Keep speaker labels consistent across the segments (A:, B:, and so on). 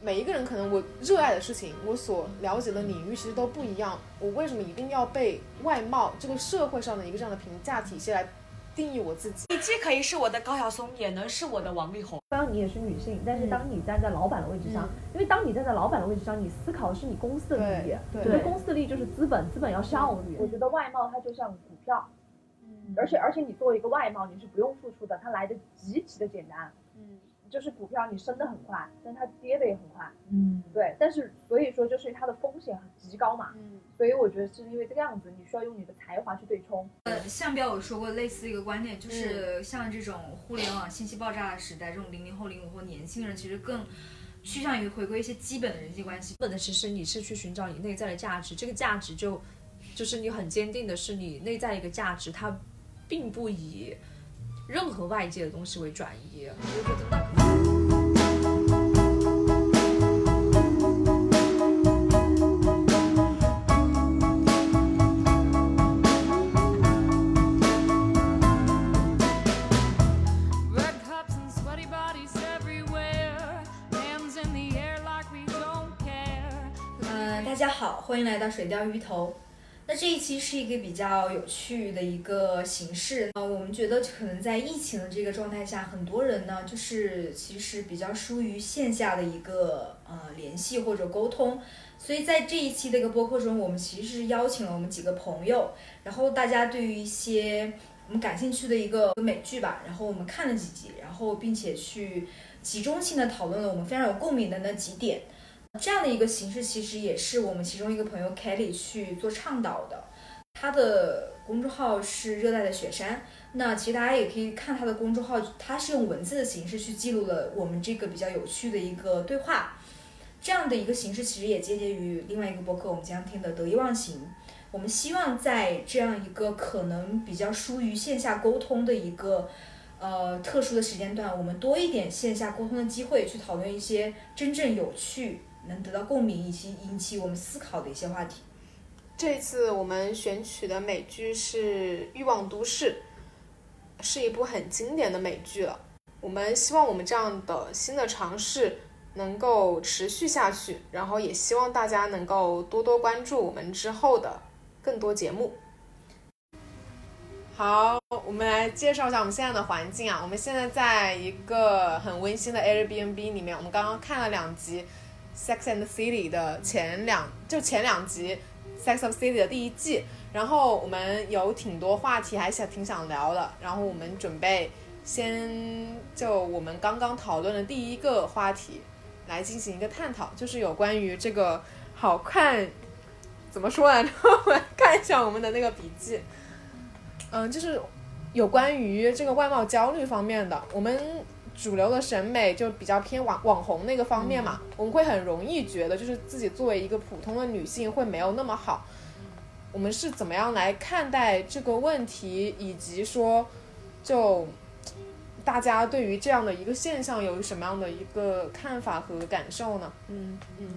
A: 每一个人可能我热爱的事情，我所了解的领域其实都不一样。我为什么一定要被外貌这个社会上的一个这样的评价体系来定义我自己？
B: 你既可以是我的高晓松，也能是我的王力宏。
C: 虽然你也是女性，但是当你站在老板的位置上，
A: 嗯
C: 因为当你站在老板的位置上，你思考的是你公司的利益，
A: 对
C: 因为
A: 对
C: 公司的利益就是资本，资本要效
B: 嗯
C: 率。我觉得外貌它就像股票，而且而且你作为一个外贸，你是不用付出的，它来的极其的简单。
A: 嗯，
C: 就是股票你升的很快，但它跌的也很快。
B: 嗯，
C: 对，但是所以说就是它的风险极高嘛，
A: 嗯，
C: 所以我觉得是因为这个样子，你需要用你的才华去对冲。
D: 呃，像标有说过类似一个观点，就是像这种互联网信息爆炸的时代，这种零零后、零五后年轻人其实更趋向于回归一些基本的人际关系。
E: 本的其实你是去寻找你内在的价值，这个价值就就是你很坚定的是你内在一个价值，它并不以任何外界的东西为转移。我觉得那
F: Red cups and sweaty bodies everywhere. Hands in the air like we don't care.
D: 呃，大家好，欢迎来到水钓鱼头。那这一期是一个比较有趣的一个形式啊、呃我们觉得可能在疫情的这个状态下，很多人呢就是其实比较疏于线下的一个呃联系或者沟通，所以在这一期的一个播客中，我们其实是邀请了我们几个朋友，然后大家对于一些我们感兴趣的一个美剧吧，然后我们看了几集，然后并且去集中性的讨论了我们非常有共鸣的那几点。这样的一个形式，其实也是我们其中一个朋友 Kelly 去做倡导的。他的公众号是热带的雪山，那其实大家也可以看他的公众号，他是用文字的形式去记录了我们这个比较有趣的一个对话。这样的一个形式其实也借鉴于另外一个博客我们将听的《得意忘形》。我们希望在这样一个可能比较疏于线下沟通的一个呃特殊的时间段，我们多一点线下沟通的机会，去讨论一些真正有趣、能得到共鸣以及引起我们思考的一些话题。
A: 这次我们选取的美剧是《欲望都市》，是一部很经典的美剧了。我们希望我们这样的新的尝试能够持续下去，然后也希望大家能够多多关注我们之后的更多节目。好，我们来介绍一下我们现在的环境啊。我们现在在一个很温馨的 Airbnb 里面，我们刚刚看了两集《Sex and the City》的前两，就前两集。《Sex of City》的第一季，然后我们有挺多话题还想挺想聊的，然后我们准备先就我们刚刚讨论的第一个话题来进行一个探讨，就是有关于这个好看怎么说来着？ 我们看一下我们的那个笔记，嗯，就是有关于这个外貌焦虑方面的，我们。主流的审美就比较偏网网红那个方面嘛，我们会很容易觉得，就是自己作为一个普通的女性会没有那么好。我们是怎么样来看待这个问题，以及说，就大家对于这样的一个现象有什么样的一个看法和感受呢？嗯嗯，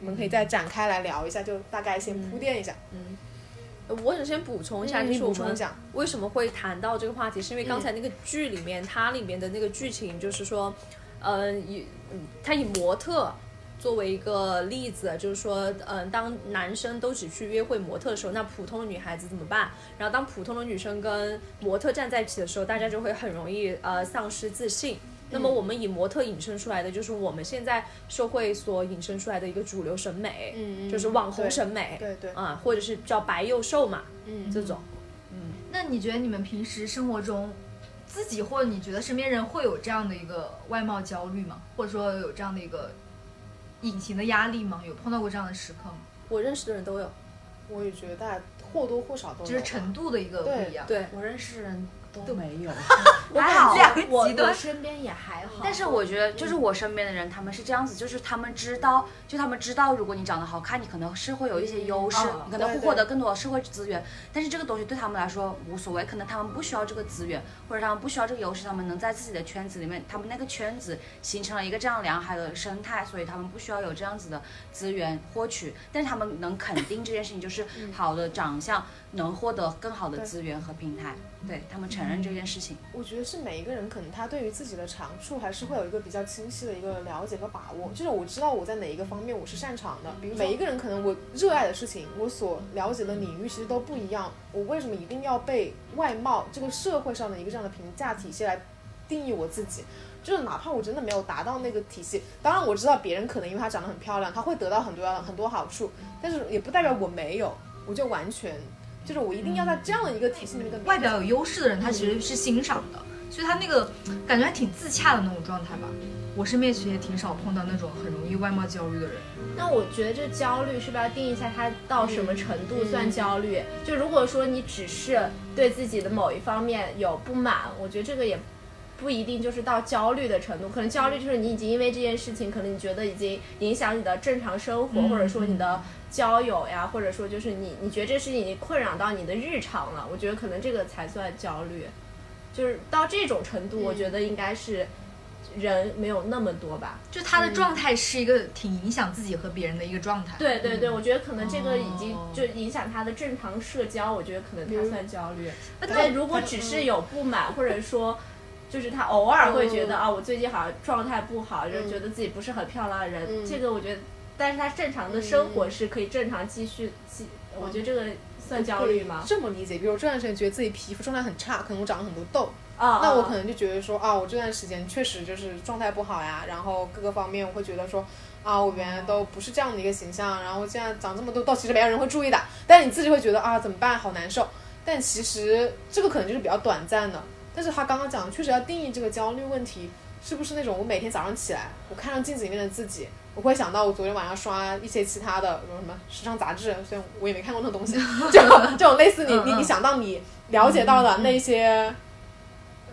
A: 我们可以再展开来聊一下，就大概先铺垫一下，
E: 呃我想先补充一下，
A: 嗯
E: 就
A: 你
E: 是我
A: 补充
E: 们
A: 一下。
E: 为什么会谈到这个话题，是因为
A: 嗯
E: 刚才那个剧里面，它里面的那个剧情就是说，呃，以嗯它以模特作为一个例子，就是说，嗯、当男生都只去约会模特的时候，那普通的女孩子怎么办？然后当普通的女生跟模特站在一起的时候，大家就会很容易呃丧失自信。
A: 嗯
E: 那么我们以模特引申出来的，就是我们现在社会所引申出来的一个主流审美，
A: 嗯嗯
E: 就是网红
A: 对
E: 审美，
A: 对对
E: 啊、或者是叫白幼瘦嘛，
A: 嗯
E: 这种。
D: 那你觉得你们平时生活中，自己或者你觉得身边人会有这样的一个外貌焦虑吗？或者说有这样的一个隐形的压力吗？有碰到过这样的时刻吗？
E: 我认识的人都有，
A: 我也觉得大家或多或少都
D: 就是程度的一个不一样。
E: 对，
G: 我认识人啊都没有，
D: 我感觉啊
G: 我
D: 极端
G: 我身边也还好。
B: 但是我觉得，就是我身边的人，他们是这样子，就是他们知道，就他们知道，如果你长得好看，你可能是会有一些优势，
D: 嗯
G: 哦
B: 你可能
A: 对
B: 会
A: 对
B: 获得更多的社会资源。但是这个东西对他们来说无所谓，可能他们不需要这个资源，或者他们不需要这个优势，他们能在自己的圈子里面，他们那个圈子形成了一个这样良好的生态，所以他们不需要有这样子的资源获取。但是他们能肯
D: 嗯
B: 定这件事情，就是好的长相能获得更好的资源和平台，对他们承认这件事情。
A: 我觉得是每一个人可能他对于自己的长处还是会有一个比较清晰的一个了解和把握，就是我知道我在哪一个方面我是擅长的。比如每一个人可能我热爱的事情，我所了解的领域其实都不一样。我为什么一定要被外貌这个社会上的一个这样的评价体系来定义我自己？就是哪怕我真的没有达到那个体系，当然我知道别人可能因为她长得很漂亮，她会得到很多很多好处，但是也不代表我没有，我就完全就是我一定要在这样的一个体系里面跟别
D: 外
A: 人
D: 表有优势的人，他其实是欣赏的，所以他那个感觉还挺自洽的那种状态吧。我身边其实也挺少碰到那种很容易外貌焦虑的人。
E: 那我觉得这焦虑是不是要定义一下它到什么程度算焦虑？就如果说你只是对自己的某一方面有不满，我觉得这个也不一定就是到焦虑的程度，可能焦虑就是你已经因为这件事情，可能你觉得已经影响你的正常生活，或者说你的交友呀，或者说就是你你觉得这事情已经困扰到你的日常了，我觉得可能这个才算焦虑，就是到这种程度，我觉得应该是人没有那么多吧。
D: 就他
A: 嗯
D: 的状态是一个挺影响自己和别人的一个状态。，
E: 对对对，我觉得可能这个已经
D: 哦
E: 就影响他的正常社交，我觉得可能他算焦虑。
D: 那
E: 但如果只是有不满，或者说就是他偶尔会觉得啊，我最近好像状态不好，就觉得自己不是很漂亮的人，这个我觉得，但是他正常的生活是可以正常继续继，我觉得这个算焦虑吗？
A: 这么理解，比如我这段时间觉得自己皮肤状态很差，可能我长了很多痘，
E: 啊，
A: 那我
E: 啊
A: 可能就觉得说啊，我这段时间确实就是状态不好呀，然后各个方面我会觉得说啊，我原来都不是这样的一个形象，然后现在长这么多痘，其实没有人会注意的，但你自己会觉得啊，怎么办，好难受。但其实这个可能就是比较短暂的，但是他刚刚讲的确实要定义这个焦虑问题，是不是那种我每天早上起来，我看上镜子里面的自己，我会想到我昨天晚上刷一些其他的，比如什么时尚杂志，虽然我也没看过那种东西， 就这种类似你你你想到你了解到的那些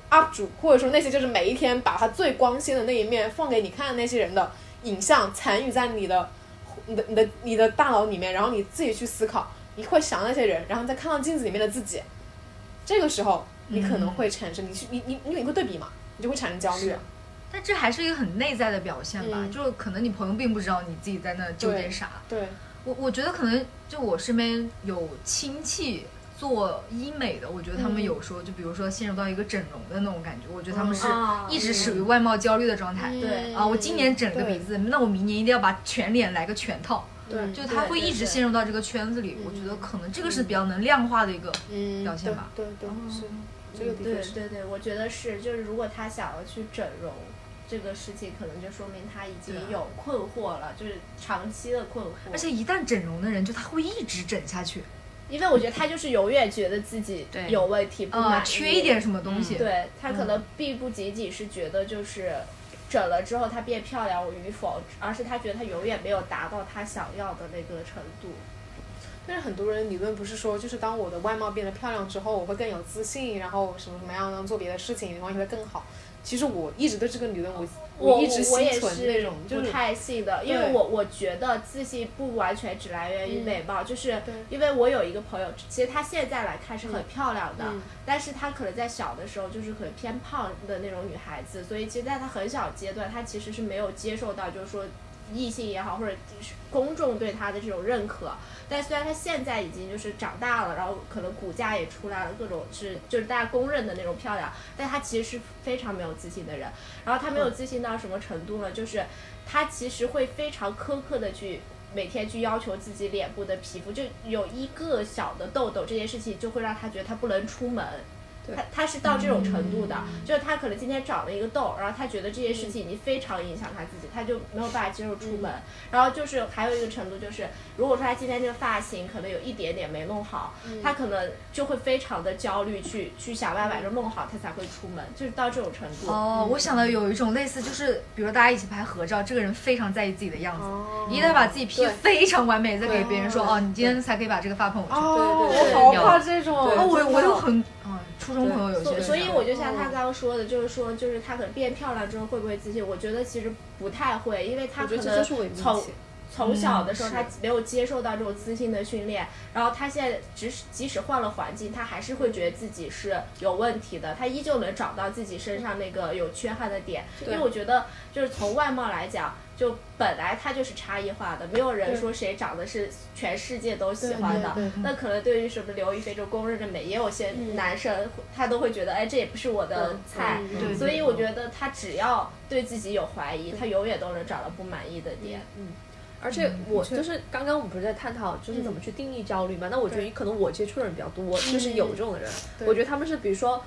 A: UP 主，或者说那些就是每一天把他最光鲜的那一面放给你看的那些人的影像，残余在你的你的你的你的大脑里面，然后你自己去思考，你会想那些人，然后再看到镜子里面的自己，这个时候你可能会产
D: 嗯
A: 生你去你你因为你会对比嘛，你就会产生焦虑。
D: 但这还是一个很内在的表现吧，
A: 嗯
D: 就可能你朋友并不知道你自己在那纠结啥。
A: 对，
D: 我我觉得可能就我身边有亲戚做医美的，我觉得
A: 嗯
D: 他们有时候、就比如说陷入到一个整容的那种感觉，我觉得他们是
A: 哦
E: 啊
D: 一直属于外貌焦虑的状态。
E: 对
A: 嗯
D: 啊，我今年整个鼻
A: 子，
D: 子，那我明年一定要把全脸来个全套，
A: 对，
D: 就他会一直陷入到这个圈子里。我觉得可能这个是比较能量化的一个，
A: 嗯
D: 表现吧哦
A: 对对对，是这个的
E: 嗯对
A: 确是。
E: 对对，我觉得是，就是如果他想要去整容这个事情，可能就说明他已经有困惑了，就是长期的困惑。
D: 而且一旦整容的人，就他会一直整下去，
E: 因为我觉得他就是永远觉得自己
B: 对
E: 有问题，不满
D: 啊，
E: 意
D: 缺一点。什么东西。嗯
E: 对他可能并不仅仅是觉得就是整了之后她变漂亮与否，而是他觉得他永远没有达到他想要的那个程度。
A: 但是很多人理论不是说，就是当我的外貌变得漂亮之后，我会更有自信，然后什么什么样能做别的事情，然后也会更好。其实我一直对这个理论，我
E: 我
A: 一直
E: 我
A: 心
E: 也
A: 存那
E: 是
A: 种，就
E: 不
A: 是
E: 太信的，因为
A: 对
E: 我我觉得自信不完全只来源于美貌，就是
A: 对
E: 因为我有一个朋友，其实她现在来看是很漂亮的，
A: 嗯
E: 但是她可能在小的时候就是可能偏胖的那种女孩子，所以其实在她很小阶段，她其实是没有接受到就是说异性也好，或者是公众对她的这种认可。但虽然她现在已经就是长大了，然后可能骨架也出来了，各种是就是大家公认的那种漂亮，但她其实是非常没有自信的人。然后她没有自信到什么程度呢？就是她其实会非常苛刻的去。每天去要求自己脸部的皮肤，就有一个小的痘痘，这件事情就会让她觉得她不能出门，他他是到这种程度的，就是他可能今天长了一个痘，然后他觉得这件事情已经非常影响他自己，他就没有办法接受出门。然后就是还有一个程度就是，如果说他今天这个发型可能有一点点没弄好，他可能就会非常的焦虑去，去想办法把这弄好，他才会出门，就是到这种程度。
D: 哦，我想到有一种类似，就是比如大家一起拍合照，这个人非常在意自己的样
A: 哦
D: 子，一旦把自己 P 得非常完美，再给别人说哦，你今天才可以把这个发朋友圈。
A: 哦，
H: 对对
A: 我好怕这种。
D: 哦，我我有很，嗯，初中朋友有些
E: 所
D: 是
E: 所
D: 这样，
E: 以我就像他刚刚说的，就是说，就是他可能变漂亮之后会不会自信？我觉得其实不太会，因为他
H: 我
E: 可
H: 觉得
E: 能
H: 这就是伪命
E: 从
H: 题。
I: 从小的时候
D: 嗯
I: 他没有接受到这种自信的训练，然后他现在即使即使换了环境，他还是会觉得自己是有问题的，他依旧能找到自己身上那个有缺憾的点。因为我觉得就是从外貌来讲。就本来它就是差异化的，没有人说谁长得是全世界都喜欢的。
D: 嗯
I: 那可能对于什么刘亦菲这种公认的美，也有些男生、他都会觉得，哎，这也不是我的菜。
D: 对
I: 所以我觉得他只要对自己有怀疑，他永远都能找到不满意的点。
E: 而且我就是刚刚我们不是在探讨就是怎么去定义焦虑嘛？那我觉得可能我接触的人比较多，就是有这种的人。我觉得他们是比如说。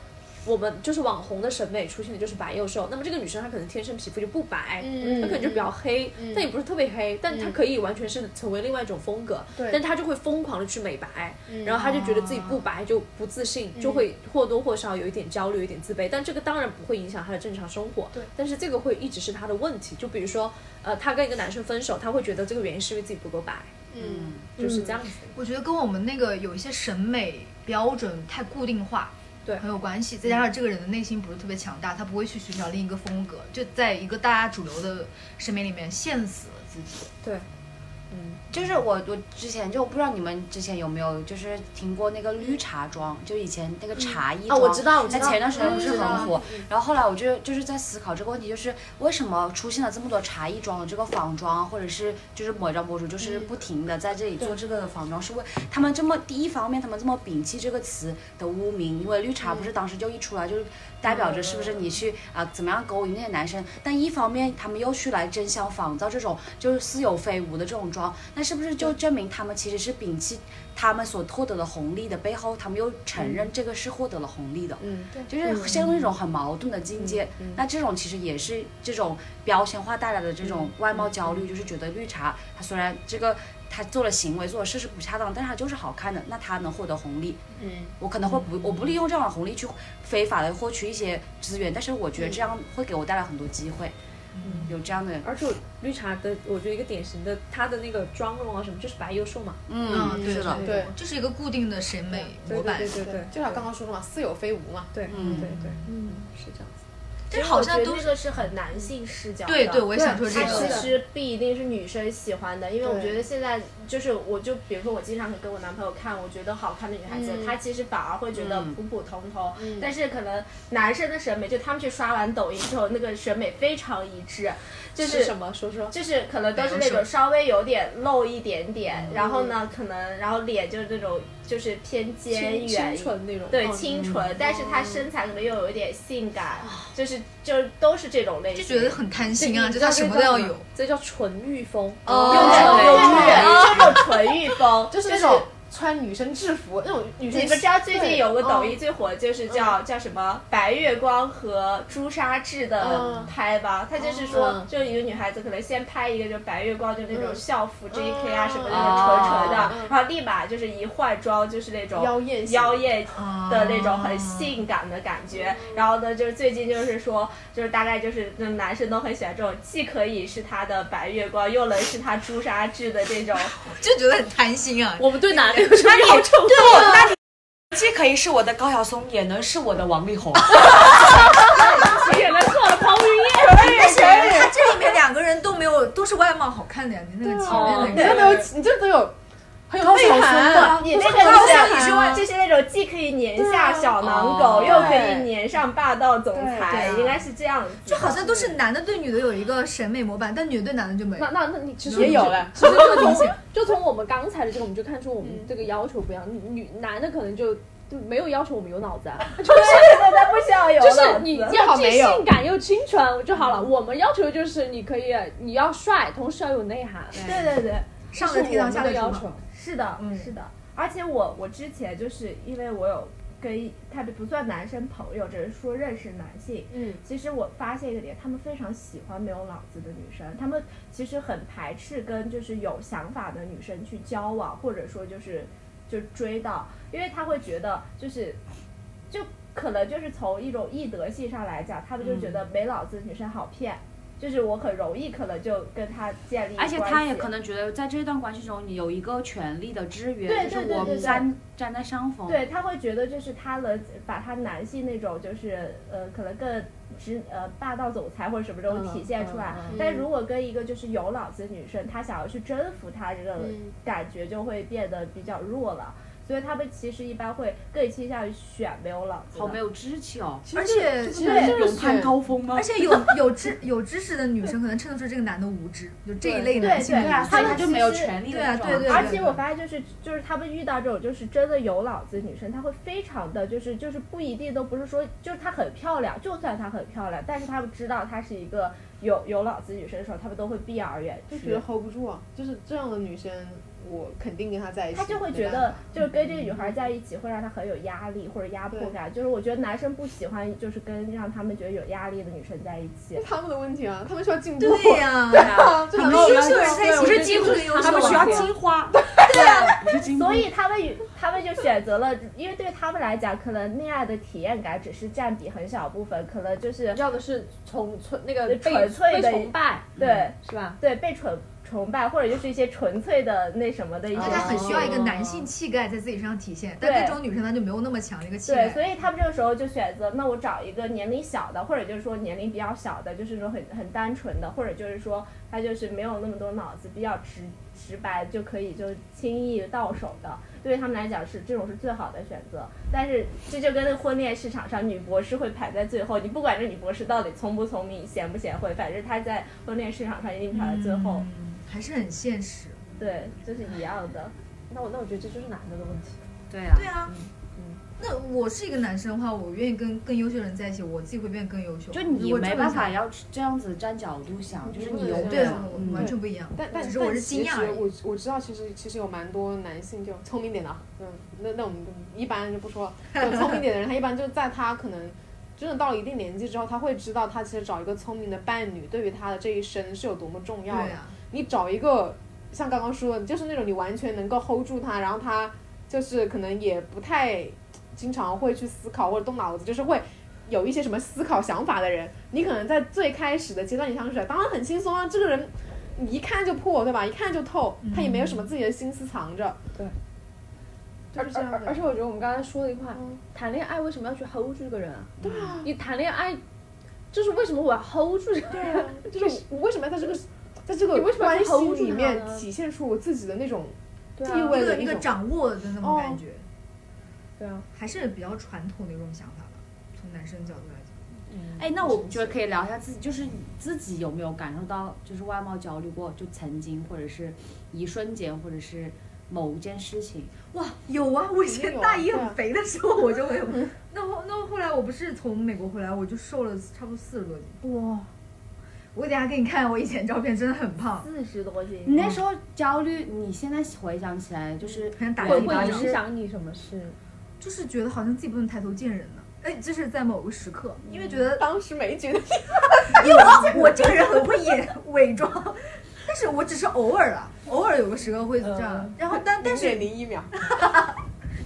E: 我们就是网红的审美出现的就是白幼瘦，那么这个女生她可能天生皮肤就不白，她可能就比较黑，但也不是特别黑，但她可以完全是成为另外一种风格，但她就会疯狂的去美白，
B: 嗯
E: 然后她就觉得自己不白就不自信，就会或多或少有一点焦虑，有一点自卑，但这个当然不会影响她的正常生活，但是这个会一直是她的问题，就比如说呃，她跟一个男生分手，她会觉得这个原因是因为自己不够白，
A: 嗯，
E: 就是这样子，
D: 我觉得跟我们那个有一些审美标准太固定化，
E: 对
D: 很有关系。再加上这个人的内心不是特别强大，他不会去寻找另一个风格，就在一个大家主流的审美里面陷死了自己。
E: 嗯
B: 就是我我之前就我不知道你们之前有没有就是听过那个绿茶妆，就以前那个茶艺
E: 哦
B: 妆。
E: 我知道我知
B: 那
E: 道
B: 前一段时间不是
E: 嗯
B: 很火，然后后来我就就是在思考这个问题，就是为什么出现了这么多茶艺妆的这个仿妆，或者是就是某一张博主就是不停的在这里做这个仿妆，是为他们这么第一方面他们这么摒弃这个词的污名，因为绿茶不是当时就一出来就是代表着是不是你去啊、怎么样勾引那些男生，但一方面他们又去来争相仿造这种就是似有非无的这种妆，那是不是就证明他们其实是摒弃他们所获得的红利的背后，他们又承认这个是获得了红利的？
E: 嗯，
B: 就是陷入一种很矛盾的境界。那这种其实也是这种标签化带来的这种外貌焦虑，就是觉得绿茶它虽然这个它做的行为做的事是不恰当，但是它就是好看的，那它能获得红利。
A: 嗯，
B: 我可能会不我不利用这样的红利去非法的获取一些资源，但是我觉得这样会给我带来很多机会。
E: 嗯
B: 有这样的，
E: 而且我绿茶的，我觉得一个典型的她的那个妆容啊什么，就是白幼瘦嘛，
B: 嗯，
D: 对
B: 是的，
D: 对
A: 对，
D: 就是一个固定的审美模板。
E: 对对，
A: 就像刚刚说的嘛，似有非无嘛。
E: 对，
B: 嗯
E: 对对，嗯，是这样子。
D: 但是好像
I: 因为
D: 都
I: 我觉得这个是很男性视角的。
D: 对对，我也想说这
I: 它其
D: 个。
I: 实不一定是女生喜欢的，因为我
A: 对
I: 觉得现在就是，我就比如说我经常跟我男朋友看，我觉得好看的女孩子，
A: 嗯
I: 她其实反而会觉得
B: 嗯
I: 普普通通，
D: 嗯
I: 但是可能男生的审美，就他们去刷完抖音之后，那个审美非常一致，就是
E: 什么？说说。
I: 就是可能都是那种稍微有点露一点点，然后呢，可能然后脸就是那种就是偏尖
E: 清
I: 圆
E: 清
I: 一
E: 纯那种，
I: 对
E: 嗯
I: 清纯，但是她身材可能又有一点性感，就是就是都是这种类
D: 就
I: 型，
D: 觉得很贪心啊，
E: 你
D: 就
E: 知
D: 他
E: 道
D: 什
E: 这
D: 么
E: 叫
D: 都要
E: 什么
D: 有。，
E: 这叫纯欲风。
D: 哦
I: 有纯有
D: 对嗯
I: 欲，这种纯欲风，
A: 就是那种穿女生制服那种女生。嗯
I: 你们知道最近有个抖
A: 音，
I: 音最火，就是叫、叫什么“白月光”和朱砂痣的
A: 嗯
I: 拍吧？它就是说，
E: 嗯
I: 就一个女孩子可能先拍一个，就白月光，就那种
A: 嗯
I: 校服 JK 啊
A: 嗯
I: 什么的那种纯纯
E: 啊
I: 的，
A: 嗯
I: 然后立马就是一换装就是那种
A: 啊妖艳型
I: 妖艳
D: 啊
I: 的那种很性感的感觉。然后呢，就是最近就是说，就是大概就是那男生都很喜欢这种，既可以是他的白月光，又能是他朱砂痣的这种。
D: 就觉得很贪心啊。
E: 我们对男的有什么要求？
B: 既可以是我的高晓松，也能是我的王力宏。
I: 也能做了彭于晏。
D: 但是他这里面两个人都没有，都是外貌好看的呀。你那个
I: 哦
D: 前面
A: 你
D: 那
A: 这
D: 个，
A: 没有，你这都有很有内涵。
I: 你那个就是就是那种既可以粘下小狼狗，
D: 哦
I: 又可以粘上霸道总裁，
D: 对对
I: 应该是这样子。
D: 就好像都是男的对女的有一个审美模板，但女的对男的就没有
E: 那。那那你其实
A: 也有了
E: 其实就从就从我们刚才的这个，我们就看出我们这个要求不一样。女男的可能就就没有要求我们有脑子啊，
I: 对，他不需要有
E: 就是你
I: 脑子
E: 要
A: 好
E: 既
A: 没有
E: 性感又清纯就好了。我们要求的就是你可以你要帅，同时要有内涵。
I: 对对对，
D: 上
E: 这
D: 了
E: 是
D: 天
E: 我们
D: 堂，下
E: 的
D: 了嗯
E: 要
D: 厨房
E: 求。。
I: 是嗯的，是的。而且我我之前就是因为我有跟他不算男生朋友，只是说认识男性。
A: 嗯，
I: 其实我发现一个点，他们非常喜欢没有脑子的女生，他们其实很排斥跟就是有想法的女生去交往，或者说就是就追到，因为他会觉得就是就可能就是从一种易得性上来讲，他们就觉得
B: 嗯
I: 没脑子的女生好骗。就是我很容易可能就跟他建立 关
B: 而
I: 系，
B: 且他也可能觉得，在这段关系中，你有一个权力的支
I: 对
B: 援，就
I: 对
B: 是
I: 对
B: 我
I: 对对
B: 站站在上风。
I: 对，他会觉得就是他能把他男性那种就是呃，可能更直呃霸道总裁或者什么这种体现出来。但如果跟一个就是有脑子的女生，她想要去征服他这个
A: 嗯
I: 感觉，就会变得比较弱了。所以他们其实一般会更倾向于选没有脑子的。
B: 好没有志气哦，
D: 而且
I: 对
B: 勇攀高峰吗
D: 而？且有 有知有知识的女生，可能衬得出这个男的无知，就这一类
I: 对
D: 男性
I: 对
D: 的
I: 啊
D: 无知
I: 他
B: 所以
I: 们
B: 他就没有权利
D: 对
B: 了
D: 啊，
B: 是吧
D: 对对。
I: 而且我
D: 现，
I: 发现，就是就是他们遇到这种就是真的有脑子的女生，她会非常的就是就是不一定都不是说就是她很漂亮，就算她很漂亮，但是他们知道她是一个有有脑子的女生的时候，他们都会避而远
A: 就觉
I: 之
A: 得。hold 不住啊，就是这样的女生，我肯定跟她在一起，
I: 他就会觉
A: 没办
I: 得
A: 法，
I: 就是跟这个女孩在一起会让他很有压力或者压迫感。就是我觉得男生不喜欢，就是跟让他们觉得有压力的女生在一起
A: 这。是他们的问题啊，他们需要进步，
D: 对 呀，
A: 啊，就
D: 你
A: 很
D: 们
A: 多
D: 优秀人在一起，
J: 我
D: 不
J: 觉得
D: 是几乎的优秀啊，
B: 他们需要 金花，
I: 所以他们与他们就选择了，因为对他们来讲，可能恋爱的体验感只是占比很小部分，可能就是
E: 嗯
J: 要的是崇纯那个
I: 对
J: 被
I: 纯粹的
J: 被崇拜，
I: 对
J: 是吧？
I: 对被崇崇拜，或者就是一些纯粹的那什么的一些
D: 大
I: 体
D: 家
I: 验。
D: 哦很需要一个男性气概在自己身上体现，但
I: 对
D: 这种女生她就没有那么强的一个气
I: 对，
D: 概。
I: 所以他们这个时候就选择，那我找一个年龄小的，或者就是说年龄比较小的，就是那种很很单纯的，或者就是说他就是没有那么多脑子，比较直直白就可以就轻易到手的，对于他们来讲是这种是最好的选择。但是这就跟那个婚恋市场上女博士会排在最后，你不管这女博士到底聪不聪明、贤不贤惠，反正她在婚恋市场上一定排在最后。
D: 还是很现实。
I: 对，就是一样的。
E: 那我那我觉得这就是男的的问题。
B: 对啊
D: 对，啊，那我是一个男生的话，我愿意跟更优秀的人在一起，我自己会变得更优秀。
B: 就你
D: 我这
B: 没
D: 么
B: 办法
D: 想，
B: 要这样子站角度想，就是你永
D: 对
B: 远
D: 啊，我
B: 嗯
D: 完全不一样。
A: 但但
D: 只是我是惊讶
A: 但
D: 而
A: 其
D: 已。
A: 实我我知道，其实其实有蛮多男性就聪明点的啊，嗯，那那我们一般就不说了。就聪明点的人，他一般就在他可能真的到了一定年纪之后，他会知道他其实找一个聪明的伴侣，对于他的这一生是有多么重
D: 对
A: 要的。
D: 啊，
A: 你找一个像刚刚说的，就是那种你完全能够 hold 住他，然后他就是可能也不太经常会去思考或者动脑子，就是会有一些什么思考想法的人，你可能在最开始的阶段你相处起来，当然很轻松啊，这个人你一看就破，对吧？一看就透，他也没有什么自己的心思藏着，
E: 对，
A: 就是这样
E: 而而
A: 的。
E: 且我觉得我们刚才说的一块，
A: 嗯
E: 谈恋爱为什么要去 hold 住这个人啊？对啊，你谈恋爱就是为什么我要 hold 住这个人？
A: 啊 就是我为什么要在这个在这个
E: 你为什么
A: 关
E: 要去 hold 住
A: 系里
E: 他
A: 面
E: 呢
A: 体现出我自己的那种
E: 对
A: 地
E: 啊，
A: 位
D: 一
A: 的
D: 个一个
A: 种
D: 掌握的那种哦感觉，
E: 对啊，
D: 还是比较传统的一种想法吧。从男生角度来讲，
B: 哎，那我觉得可以聊一下自己，就是你自己有没有感受到就是外貌焦虑过？就曾经，或者是一瞬间，或者是某一件事情，
D: 哇，有啊！我以
A: 肯定有
D: 前
A: 啊
D: 大一
A: 对啊
D: 很肥的时候，我就会有。 那后那后来我不是从美国回来，我就瘦了差不多四十多斤。哇！我等一下给你看我以前照片，真的很胖，
I: 四十多斤，
B: 你那时候焦虑，你现在回想起来就是
D: 很打击
B: 会
D: 你
B: 不
D: 吧
B: 会
E: 影
B: 是
E: 响你什么事？
D: 就是觉得好像自己不能抬头见人了。哎，这是在某个时刻，因为觉得
A: 当时没觉得
D: 因为我我这个人很会演 伪装，但是我只是偶尔啊，偶尔有个时刻会这样
E: 嗯。
D: 然后但但是
A: 零一秒，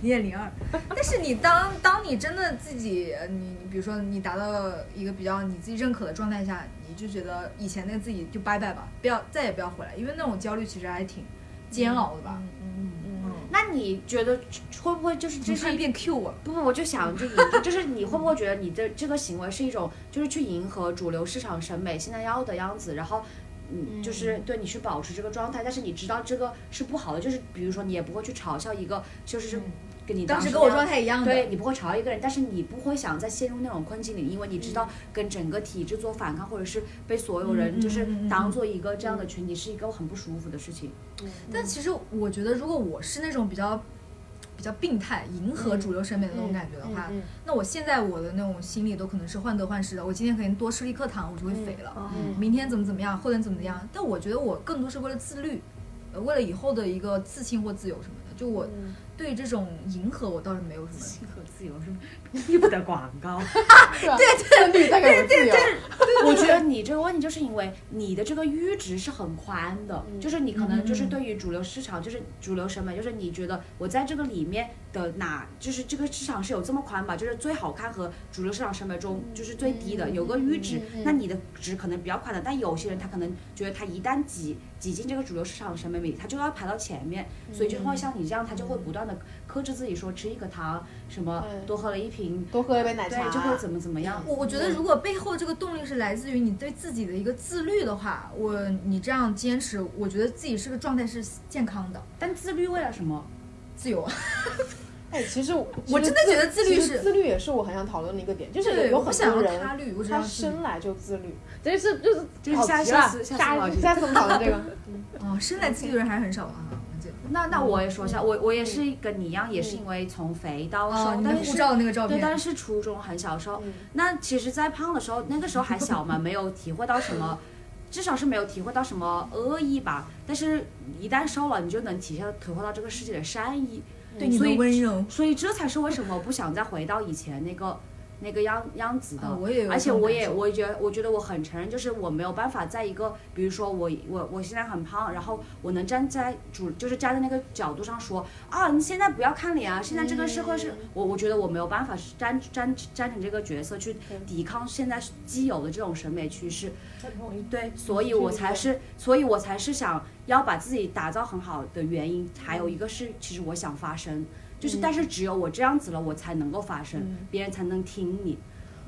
D: 你也零二，但是你当当你真的自己，呃你你比如说你达到一个比较你自己认可的状态下，你就觉得以前那个自己就拜拜吧，不要再也不要回来，因为那种焦虑其实还挺煎熬的吧。
B: 那你觉得会不会就是这
D: 你
B: 是
D: 突
B: 一
D: 然变 Q 我了，
B: 不不，我就想 这一个，就是你会不会觉得你的这个行为是一种，就是去迎合主流市场审美现在要的样子，然后，嗯，就是对你去保持这个状态，但是你知道这个是不好的，就是比如说你也不会去嘲笑一个，就是跟你
D: 嗯当时
B: 时
D: 跟我
B: 那
D: 状
B: 样。
D: 态一样的。
B: 对你不会嘲笑一个人，但是你不会想再陷入那种困境里，因为你知道跟整个体制做反抗，或者是被所有人就是
D: 嗯嗯嗯嗯嗯
B: 当做一个这样的群体，是一个很不舒服的事情。
A: 嗯
D: 但其实我觉得，如果我是那种比较比较病态、迎合主流审美的那种感觉
A: 嗯
D: 的话，那我现在我的那种心理都可能是患得患失的。我今天可能多吃了一颗糖，我就会肥了；明天怎么怎么样，后天怎么怎么样。但我觉得我更多是为了自律，呃，为了以后的一个自信或自由什么的。就我对这种迎合，我倒是没有什么。
B: 亲和自由 是屁股的广告。
A: 对女的感觉自由，
B: 我觉得你这个问题就是因为你的这个阈值是很宽的，
A: 嗯
B: 就是你可能就是对于主流市场，就是主流审美，就是你觉得我在这个里面的哪，就是这个市场是有这么宽吧，就是最好看和主流市场审美中
A: 嗯
B: 就是最低的有个阈值，那你的值可能比较宽的，但有些人他可
A: 嗯
B: 能觉得他一旦挤挤进这个主流市场审美里，他就要排到前面，所以就会像你这这样他就会不断的克制自己，说吃一颗糖，什么
A: 对
B: 多喝了一瓶，
A: 多喝一嗯杯奶茶，嗯
B: 对，就会怎么怎么样。
D: 我我觉得，如果背后这个动力是来自于你对自己的一个自律的话，我你这样坚持，我觉得自己是个状态是健康的、
B: 但自律为了什么？
D: 自由。
A: 哎，其实我
D: 我真的觉得自律
A: 其实
D: 是
A: 自律也是我很想讨论的一个点，就是
D: 对，
A: 有
D: 我不
A: 很
D: 想
A: 多
D: 要他
A: 人
D: 律，我只要
A: 他
D: 自律
A: 生来就自律。啊
E: 这是就是
B: 就是下
E: 好极
B: 下
E: 了
B: 次下次
A: 下
B: 老
A: 一
B: 师
A: 下次我们讨论这个，
D: 哦，生来自律的人还是很少的啊。我记得
B: 那那我也说一下，我我也是跟你一样，也是因为从肥到
D: 嗯哦，
B: 瘦，
D: 你的
B: 但
D: 护
B: 是
D: 照的那个照
B: 对，但
D: 片，
B: 是初中很小时候，
A: 嗯
B: 那其实，在胖的时候，那个时候还 小嘛，没有体会到什么，至少是没有体会到什么恶意吧。但是，一旦瘦了，你就能体现体会到这个世界的善意。
D: 对你
B: 所
D: 的
B: 以
D: 温柔。
B: 所以，这才是为什么我不想再回到以前那个那个样样子的。
D: 啊我也有
B: 而且
D: 这种
B: 我
D: 感
B: 也，
D: 受
B: 我也觉得，我觉得我很承认，就是我没有办法在一个，比如说我我我现在很胖，然后我能站在主，就是站在那个角度上说啊，你现在不要看脸啊，现在这个社会是，我我觉得我没有办法是站站站成这个角色去抵抗现在既有的这种审美趋势，对，所以我才是，所以我才是想要把自己打造很好的原因，还有一个是，其实我想发声，就是但是只有我这样子了，我才能够发声，别人才能听你。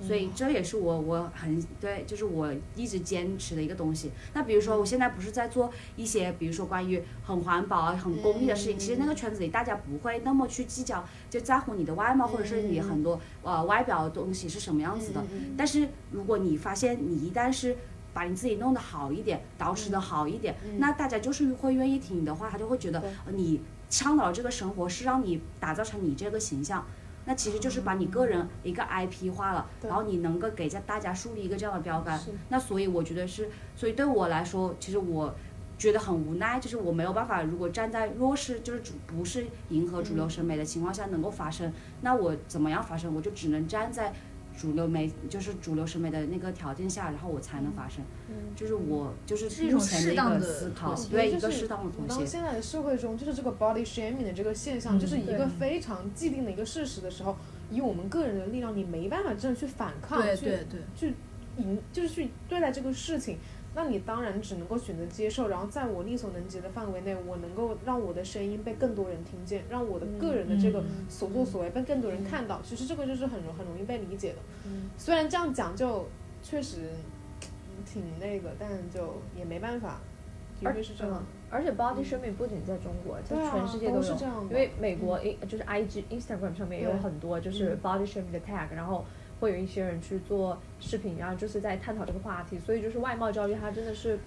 B: 所以这也是我我很对，就是我一直坚持的一个东西。那比如说，我现在不是在做一些，比如说关于很环保、啊、很公益的事情。其实那个圈子里大家不会那么去计较，就在乎你的外貌或者是你很多呃外表的东西是什么样子的。
A: 嗯
B: 但是如果你发现你一旦是把你自己弄得好一点，捯饬的好一点，
A: 嗯
B: 那大家就是会愿意听你的话，他就会觉得呃你倡导这个生活是让你打造成你这个形象。那其实就是把你个人一个 IP 化了，然后你能够给家大家树立一个这样的标杆。那所以我觉得是，所以对我来说，其实我觉得很无奈，就是我没有办法，如果站在弱势，就是主不是迎合主流审美的情况下能够发声，那我怎么样发声？我就只能站在主流媒，就是主流审美的那个条件下，然后我才能发声。
A: 嗯
B: 就是我就是
D: 是一
B: 目
D: 种
B: 前
D: 适
B: 的一
D: 当
B: 个
D: 的
B: 思考
D: 妥，协
B: 对
A: 就
B: 一个
A: 是
B: 适当的妥
A: 当
B: 协。
A: 现在的社会中，就是这个 body shaming 的这个现象，就是一个非常既定的一个事实的时候，以我们个人的力量，你没办法真的去反抗，
D: 对
A: 去
D: 对对，
A: 去迎，就是去对待这个事情，那你当然只能够选择接受，然后在我力所能及的范围内，我能够让我的声音被更多人听见，让我的个人的这个所作所为被更多人看到。其实这个就是很容很容易被理解的，虽然这样讲就确实嗯挺那个，但就也没办法，的确是这样，
E: 而且 body shaming 不仅在中国，在
A: 嗯对啊
E: 全世界
A: 都是
E: 有
A: 这样的，嗯
E: 因为美国 in 就是 IG Instagram 上面也有
A: 对嗯
E: 很多就是 body shaming 的 tag，然后会有一些人去做视频，然后就是在探讨这个话题，所以就是外貌焦虑它真的是。
A: 嗯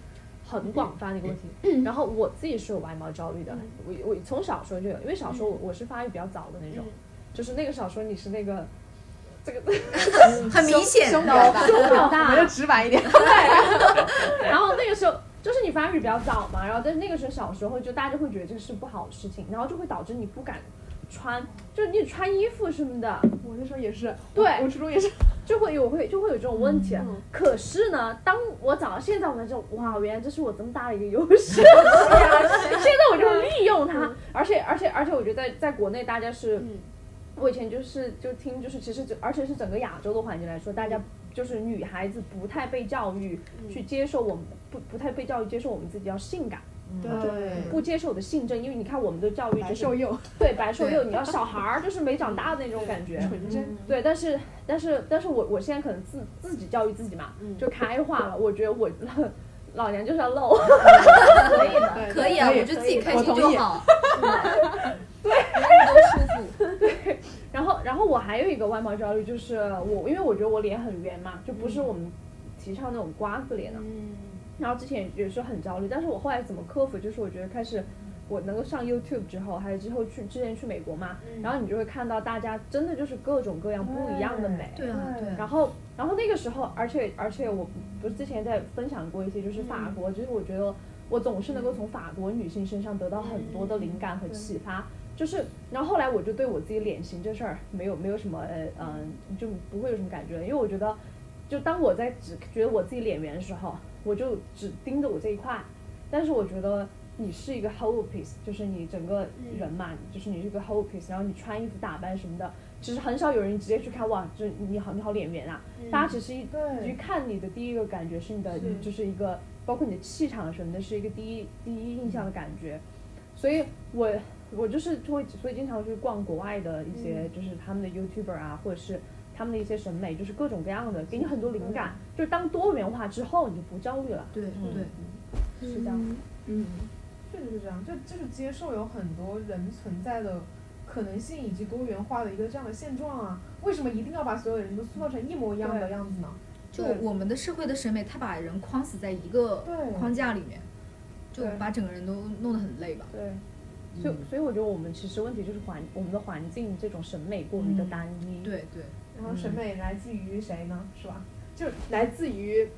E: 很广泛的一个问题，然后我自己是有外貌焦虑的，我我从小时候就有，因为小
A: 嗯
E: 时候我我是发育比较早的那种，就是那个小时候你是那个这个
D: 很明显
A: 胸比较大，
E: 胸比较大
A: 我们就直白一点，
E: 然后那个时候就是你发育比较早嘛，然后但是那个时候小时候就大家就会觉得这是不好的事情，然后就会导致你不敢穿，就是你穿衣服什么的，
A: 我那时候也是，
E: 对嗯
A: 我我初中也是，
E: 就会有会就会有这种问题。可是呢，当我长到现在，我才知道，哇，原来这是我这么大的一个优 势，现在我就利用它，而且而且而且，我觉得在在国内大家是，我以前就是就听就是其实就而且是整个亚洲的环境来说，大家。就是女孩子不太被教育
A: 嗯
E: 去接受我们不不太被教育接受我们自己要性感，
A: 对，
E: 不接受我的性征，因为你看我们的教育
A: 嗯白
E: 就是
A: 瘦幼，
E: 对白瘦幼，你要小孩儿就是没长大的那种感觉，
A: 嗯纯真，
E: 对，但是但是但是我我现在可能自自己教育自己嘛，
A: 嗯
E: 就开化了。我觉得我老娘就是要露，
A: 嗯可以 的
D: 可以啊，我
A: 我
D: 觉得自己开
A: 我
D: 心
A: 同意
D: 就，好。
E: 然后然后我还有一个外貌焦虑，就是我因为我觉得我脸很圆嘛，就不
A: 嗯
E: 是我们提倡那种瓜子脸了。然后之前也是很焦虑，但是我后来怎么克服，就是我觉得开始。我能够上 YouTube 之后，还有之后去之前去美国嘛，
D: 嗯
E: 然后你就会看到大家真的就是各种各样不一样的美，
D: 对啊，对啊。
E: 然后，然后那个时候，而且而且我不是之前在分享过一些，就是
D: 嗯
E: 法国，就是我觉得我总是能够从法国女性身上得到很多的灵感和
D: 嗯
E: 启发。就是，然后后来我就对我自己脸型这事儿没有没有什么呃嗯、就不会有什么感觉，因为我觉得，就当我在只觉得我自己脸圆的时候，我就只盯着我这一块，但是我觉得你是一个 whole piece，就是你整个人嘛，就是你是一个 whole piece，然后你穿衣服打扮什么的，其实很少有人直接去看哇，这你好你好脸圆啊，大家只是一一看你的第一个感觉是你的就是一个包括你的气场什么的，是一个第一第一印象的感觉。所以我我就是就会所以经常去逛国外的一些就是他们的 YouTuber 啊，或者是他们的一些审美，就是各种各样的，给你很多灵感。就是当多元化之后，你就不焦虑了。
D: 对对，嗯
E: 是这样。
A: 嗯确实是这样，就就是接受有很多人存在的可能性以及多元化的一个这样的现状啊。为什么一定要把所有人都塑造成一模一样的样子呢？
D: 就我们的社会的审美，它把人框死在一个
A: 对
D: 框架里面，就
E: 对
D: 把整个人都弄得很累吧。
E: 对，所以所以我觉得我们其实问题就是环我们的环境这种审美过于的
D: 嗯
E: 单一。
D: 对对，
A: 然后审美来自于谁呢？是吧？就来自 于，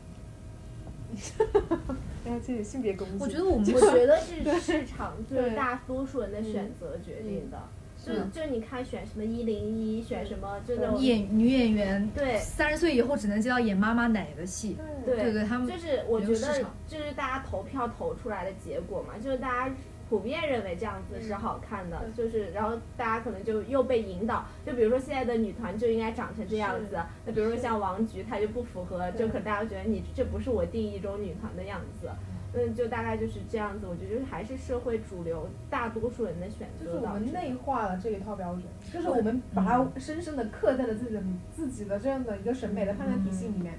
A: 哎呀，这也性别攻击。
D: 我觉得我们
A: 就
D: 会
A: 是
I: 我觉得是市场就是
A: 对
I: 大多数人的选择决定的，就就你看选什么一零一，选什么就那种
D: 演女演员
I: 对
D: 三十岁以后只能接到演妈妈奶的戏，对对，他们
I: 就是我觉
D: 没有市
I: 得
D: 场
I: 就是大家投票投出来的结果嘛，就是大家普遍认为这样子
A: 嗯
I: 是好看的，就是然后大家可能就又被引导，就比如说现在的女团就应该长成这样子，那比如说像王菊她就不符合，就可能大家觉得你这不是我定义中女团的样子。嗯，就大概就是这样子，我觉得就是还是社会主流大多数人的选
A: 就是
I: 择
A: 我
I: 导
A: 们
I: 致的
A: 内化了这一套标准，就是我们把它深深的刻在了自己的自己的这样的一个审美的判断体系里面。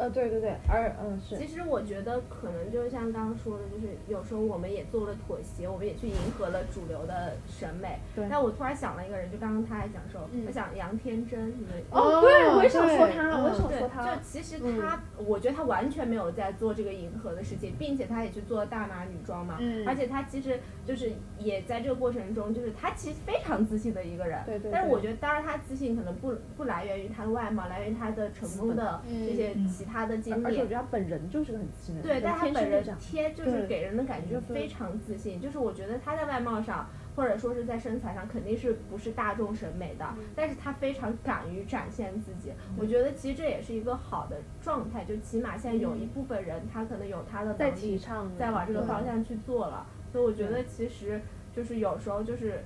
E: 呃，对对对，而嗯是
I: 其实我觉得可能就像刚刚说的，就是有时候我们也做了妥协，我们也去迎合了主流的审美。
E: 对
I: 但我突然想了一个人，就刚刚他还讲说，我想杨天真，你们。
E: 哦，对，我也想说
A: 对嗯
E: 他，我也想
I: 对，
E: 说他。
I: 就其实他，嗯我觉得他完全没有在做这个迎合的事情，并且他也去做大码女装嘛，
A: 嗯
I: 而且他其实就是也在这个过程中，就是他其实非常自信的一个人，
E: 对对
I: 但是
E: 对
I: 我觉得，当然他自信可能不不来源于他的外貌，来源于他的成功的这些其他的经历，
E: 而而且我觉得他本人就是个很自信的
I: 对，
E: 人，
I: 但他
E: 天生
I: 本
E: 就
I: 人
E: 这样。
I: 贴就是
E: 对
I: 给人的感觉就非常自信，就是我觉得他在外貌上或者说是在身材上肯定是不是大众审美的，
E: 嗯
I: 但是他非常敢于展现自己。我觉得其实这也是一个好的状态，就起码现在有一部分人他可能有他的
E: 嗯在
I: 能
E: 提
I: 力
E: 倡，
I: 在往这个方向去做了，所以我觉得其实就是有时候就是。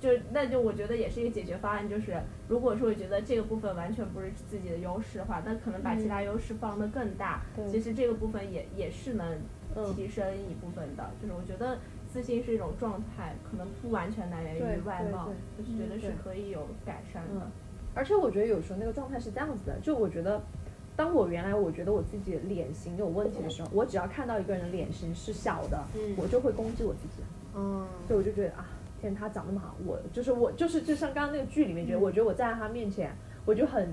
I: 就那就我觉得也是一个解决方案，就是如果说我觉得这个部分完全不是自己的优势的话，那可能把其他
E: 嗯
I: 优势放得更大，
E: 对
I: 其实这个部分也也是能
E: 嗯
I: 提升一部分的，就是我觉得自信是一种状态，可能不完全来源
E: 对
I: 于外
E: 对嗯
I: 貌，就是觉得是
E: 对
I: 可以有改善的。
E: 而且我觉得有时候那个状态是这样子的，就我觉得，当我原来我觉得我自己脸型有问题的时候，我只要看到一个人的脸型是小的，
I: 嗯
E: 我就会攻击我自己。
K: 嗯，
E: 对，我就觉得啊，天，他长那么好，我就是我就是就像刚刚那个剧里面觉得，我
I: 嗯
E: 觉得我站在他面前，我就很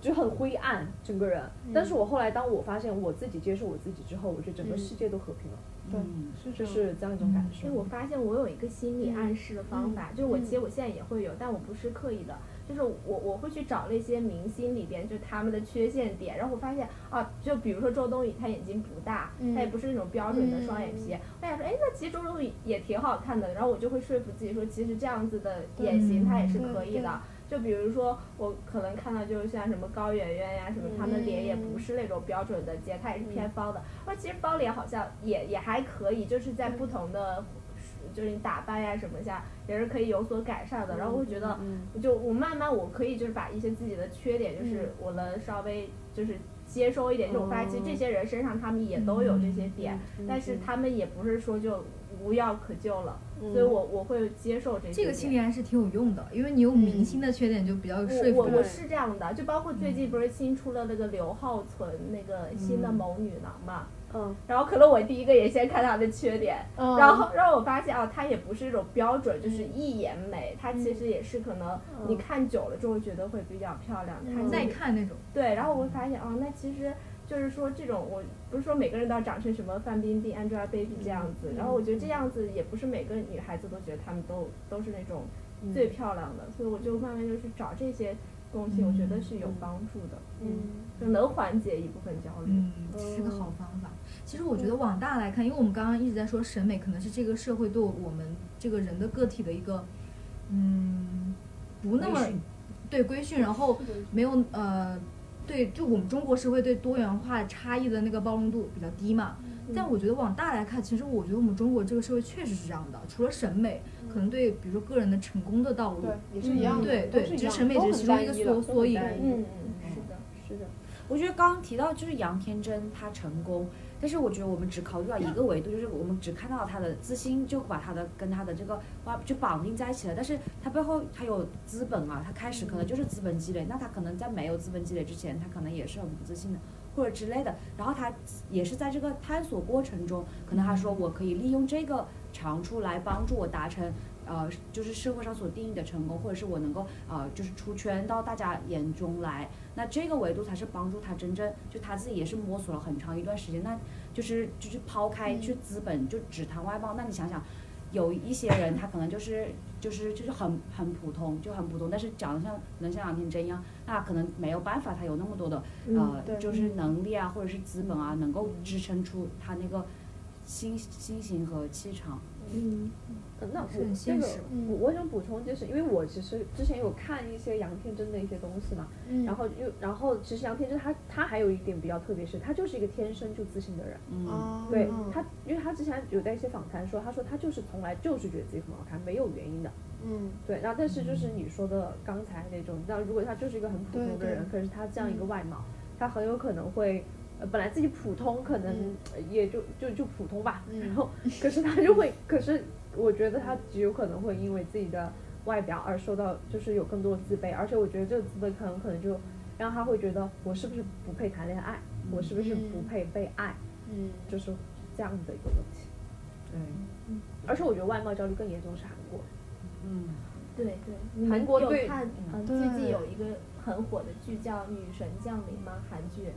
E: 就很灰暗整个人。
I: 嗯
E: 但是我后来当我发现我自己接受我自己之后，我觉得整个世界都和平了，
B: 嗯，
E: 就是嗯这样一种感受
I: 因为。我发现我有一个心理暗示的方法，就是我其实我现在也会有，但我不是刻意的，就是我我会去找那些明星里边就他们的缺陷点，然后我发现啊，就比如说周冬雨，她眼睛不大，她也不是那种标准的双眼皮，我想说，哎，那其实周冬雨也挺好看的，然后我就会说服自己说，其实这样子的眼型她也是可以的。就比如说，我可能看到就是像什么高圆圆呀，
D: 嗯
I: 什么她们脸也不是那种标准的截，她也是偏方的。而其实包脸好像也也还可以，就是在不同的，就是你打扮呀什么下，也是可以有所改善的。
D: 嗯
I: 然后我觉得，就我慢慢我可以就是把一些自己的缺点，就是我能稍微就是接收一点，就我发现其实这些人身上他们也都有这些点，但
A: 嗯
I: 是他们也不是说就无药可救了，所以我我会接受这些
D: 这
I: 点。
D: 个心理暗示挺有用的，因为你有明星的缺点就比较有说
I: 我
D: 服
I: 我我
D: 力。
I: 是这样的，就包括最近不是新出了那个刘浩存那个新的某女郎嘛，
E: 嗯，
I: 然后可能我第一个也先看她的缺点，
E: 嗯
I: 然后让我发现啊，她也不是一种标准，就是一眼美，她其实也是可能你看久了之后觉得会比较漂亮，看
D: 耐看那种，
I: 对，然后我会发现哦，那其实就是说这种，我不是说每个人都要长成什么范冰冰、Angelababy 这样子，然后我觉得这样子也不是每个女孩子都觉得她们都都是那种最漂亮的，所以我就慢慢就去找这些东西，我觉得是有帮助的，嗯，就能缓解一部分焦虑。
D: 嗯，是个好方法。其实我觉得往大来看，因为我们刚刚一直在说审美，可能是这个社会对我们这个人的个体的一个，嗯，不那么对规训，然后没有呃，对，就我们中国社会对多元化差异的那个包容度比较低嘛。但我觉得往大来看，其实我觉得我们中国这个社会确实是这样的，除了审美，可能对比如说个人的成功的道路，
A: 对，也是一样的，
D: 嗯对
A: 都
D: 对，
A: 是一
D: 只是
A: 样
D: 审美
A: 的，都
D: 只
A: 很
D: 是其中一个
A: 单一的
D: 缩缩
I: 嗯
D: 影。
I: 嗯嗯，是的，
B: 我觉得刚刚提到就是杨天真，她成功，但是我觉得我们只考虑到一个维度，就是我们只看到他的自信，就把他的跟他的这个哇就绑定在一起了。但是他背后他有资本啊，他开始可能就是资本积累，那他可能在没有资本积累之前，他可能也是很不自信的。或者之类的，然后他也是在这个探索过程中，可能他说我可以利用这个长处来帮助我达成，呃，就是社会上所定义的成功，或者是我能够呃，就是出圈到大家眼中来。那这个维度才是帮助他真正就他自己也是摸索了很长一段时间。那就是就是抛开去资本，就只谈外貌。那你想想，有一些人他可能就是就是就是很很普通，就很普通，但是长得像能像杨天真一样，那可能没有办法，他有那么多的
C: 嗯，
B: 呃，
C: 对，
B: 就是能力啊，或者是资本啊，能够支撑出他那个心心形和气场。
E: 嗯，呃那
D: 是
E: 我
D: 很
E: 这
D: 现
E: 个
D: 实嗯
E: 我我想补充，就是因为我其实之前有看一些杨天真的一些东西嘛，
D: 嗯
A: 嗯
E: 然后又然后其实杨天真他他还有一点比较特别是，他就是一个天生就自信的人，
B: 嗯，
A: 哦
E: 对他，因为他之前有在一些访谈说，他说他就是从来就是觉得自己很好看，没有原因的。
A: 嗯，
E: 对，然后但是就是你说的刚才那种，那如果他就是一个很普通的人，可是他这样一个外貌，他很有可能会。呃本来自己普通，可能
A: 嗯
E: 呃也就就就普通吧，然后可是他就会，可是我觉得他极有可能会因为自己的外表而受到，就是有更多的自卑，而且我觉得这个自卑可能可能就让他会觉得我是不是不配谈恋爱，我是不是不配被爱，
A: 嗯，
E: 就是这样的一个问题。嗯
B: 对，
E: 而且我觉得外貌焦虑更严重是韩国，
B: 嗯，
I: 对对，你
E: 韩
I: 们
E: 国对
I: 有看嗯最近有一个很火的剧叫《女神降临》吗？韩剧，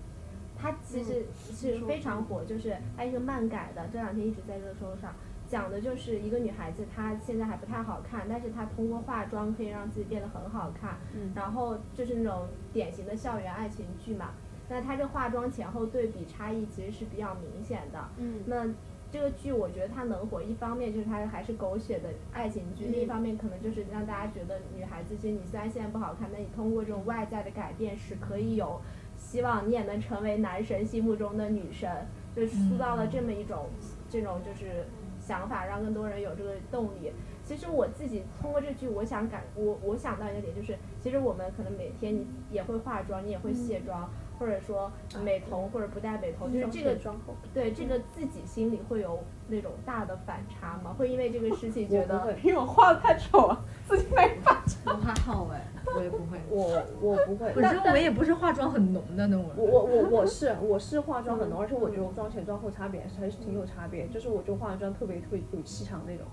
I: 它其
E: 嗯
I: 实是非常火，就是它是漫改的，这两天一直在热搜上。讲的就是一个女孩子，她现在还不太好看，但是她通过化妆可以让自己变得很好看。
E: 嗯
I: 然后就是那种典型的校园爱情剧嘛。那她这化妆前后对比差异其实是比较明显的。嗯，那这个剧我觉得它能火，一方面就是它还是狗血的爱情剧，另一方面可能就是让大家觉得女孩子，其实你虽然现在不好看，但你通过这种外在的改变是可以有希望，你也能成为男神心目中的女神，
E: 嗯
I: 就塑造了这么一种、这种就是想法，让更多人有这个动力。其实我自己通过这剧，我想感我我想到一个点，就是其实我们可能每天你也会化妆，你也会卸妆，
E: 嗯
I: 或者说美瞳或者不戴美瞳，就是这个
E: 妆后，
I: 对这个自己心里会有那种大的反差吗？会因为这个事情觉
E: 我不
I: 得
E: 会，
C: 因为我画的太丑了，自己没办法。
D: 我还好哎，我也不会，
E: 我我 不会，
D: 本
E: 但
D: 身我也不是化妆很浓的那种
E: 我
D: 人。
E: 我我我是 我是化妆很浓，而且我觉得我妆前妆后差别还是挺有差别，就是我就化完妆特别特别有气场那种。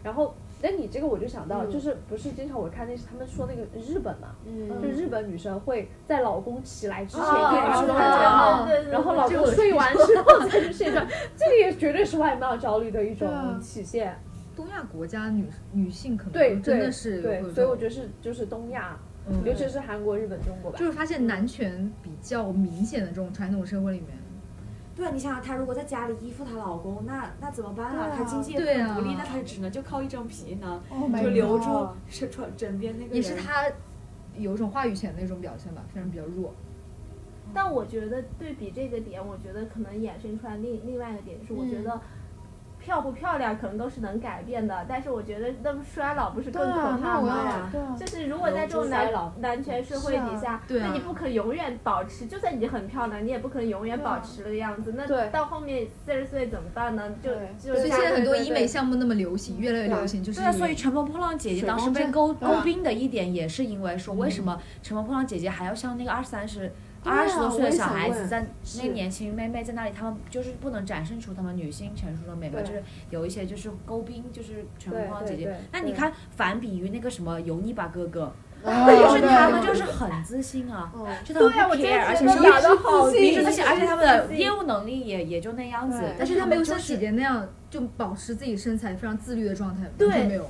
E: 然后，但你这个我就想到，就是不是经常我看那些他们说那个日本嘛，就日本女生会在老公起来之前
I: 哦
E: 化妆
I: 是的
E: 好，
I: 对对对
E: 然后老
D: 这
E: 公
D: 个我
E: 睡完之后再去卸妆，这个也绝对是外貌焦虑的一种
C: 对啊
E: 体现。
D: 东亚国家女女性可
E: 对，
D: 能嗯真的是
E: 对，
D: 会有
E: 对所以我觉
D: 这
E: 得是就是东亚，
D: 种
E: 尤其是韩国、日本、中国吧
D: 就。是发现男权比较明显的这种传统社会里面，
B: 对啊，你想想，她如果在家里依附她老公，那那怎么办
C: 对
B: 啊？
C: 啊
B: 她经济也不
D: 对
B: 能
D: 啊
B: 独立，那她只能就靠一张皮囊，
C: Oh
B: 就
C: my
B: 留住
C: god
B: 是穿枕边那个人。
D: 也是他有一种话语权的一种表现吧，非常比较弱。
I: 但我觉得对比这个点，我觉得可能衍生出来另另外一个点，就是我
D: 嗯
I: 觉得漂不漂亮可能都是能改变的，但是我觉得那么衰老不是更可怕
B: 要
I: 吗？
C: 对啊
I: 就是如果在这种
E: 容
I: 男
E: 祖衰老
I: 男权社会底下，
D: 对啊
I: 那你不可能永远保持，就算你很漂亮，你也不可能永远
D: 啊
I: 保持那个样子。那
E: 对
I: 到后面四十岁怎么办呢？就
C: 对
I: 就
D: 所以现在很多
E: 对对
D: 医美项目那么流行，越来越流行，就是
B: 对啊，所以乘风破浪姐姐当时被诟
C: 对啊
B: 诟病的一点，也是因为说为什么乘风破浪姐姐还要像那个二三十、
C: 对啊
B: 二十多岁
C: 我也
B: 的小
C: 想
B: 孩子
C: 问
B: 在那个年轻妹妹在那里，她们就是不能展现出她们女性成熟的美嘛，
E: 对
B: 就是有一些就是诟病，就是乘风
E: 对
B: 破浪姐
E: 对
B: 姐
E: 对。
B: 那你
E: 对
B: 看，反比于那个什么油腻吧哥哥，
A: 哦
C: 就
B: 就是他们就是很自信啊，就他们
E: 对啊我
B: 不
E: 真的
B: care，而且
E: 觉
B: 是
E: 得打得好
B: 明知
E: 自
B: 而
E: 信
B: 且而且他们的业务能力也也就那样子
C: 对，
D: 但
B: 但
D: 是
B: 是
D: 他
B: 他
D: 没
B: 们
D: 有
B: 就
D: 像姐
B: 是
D: 姐那样就保持自己身材非常自律的状态，
I: 对
D: 完全没有。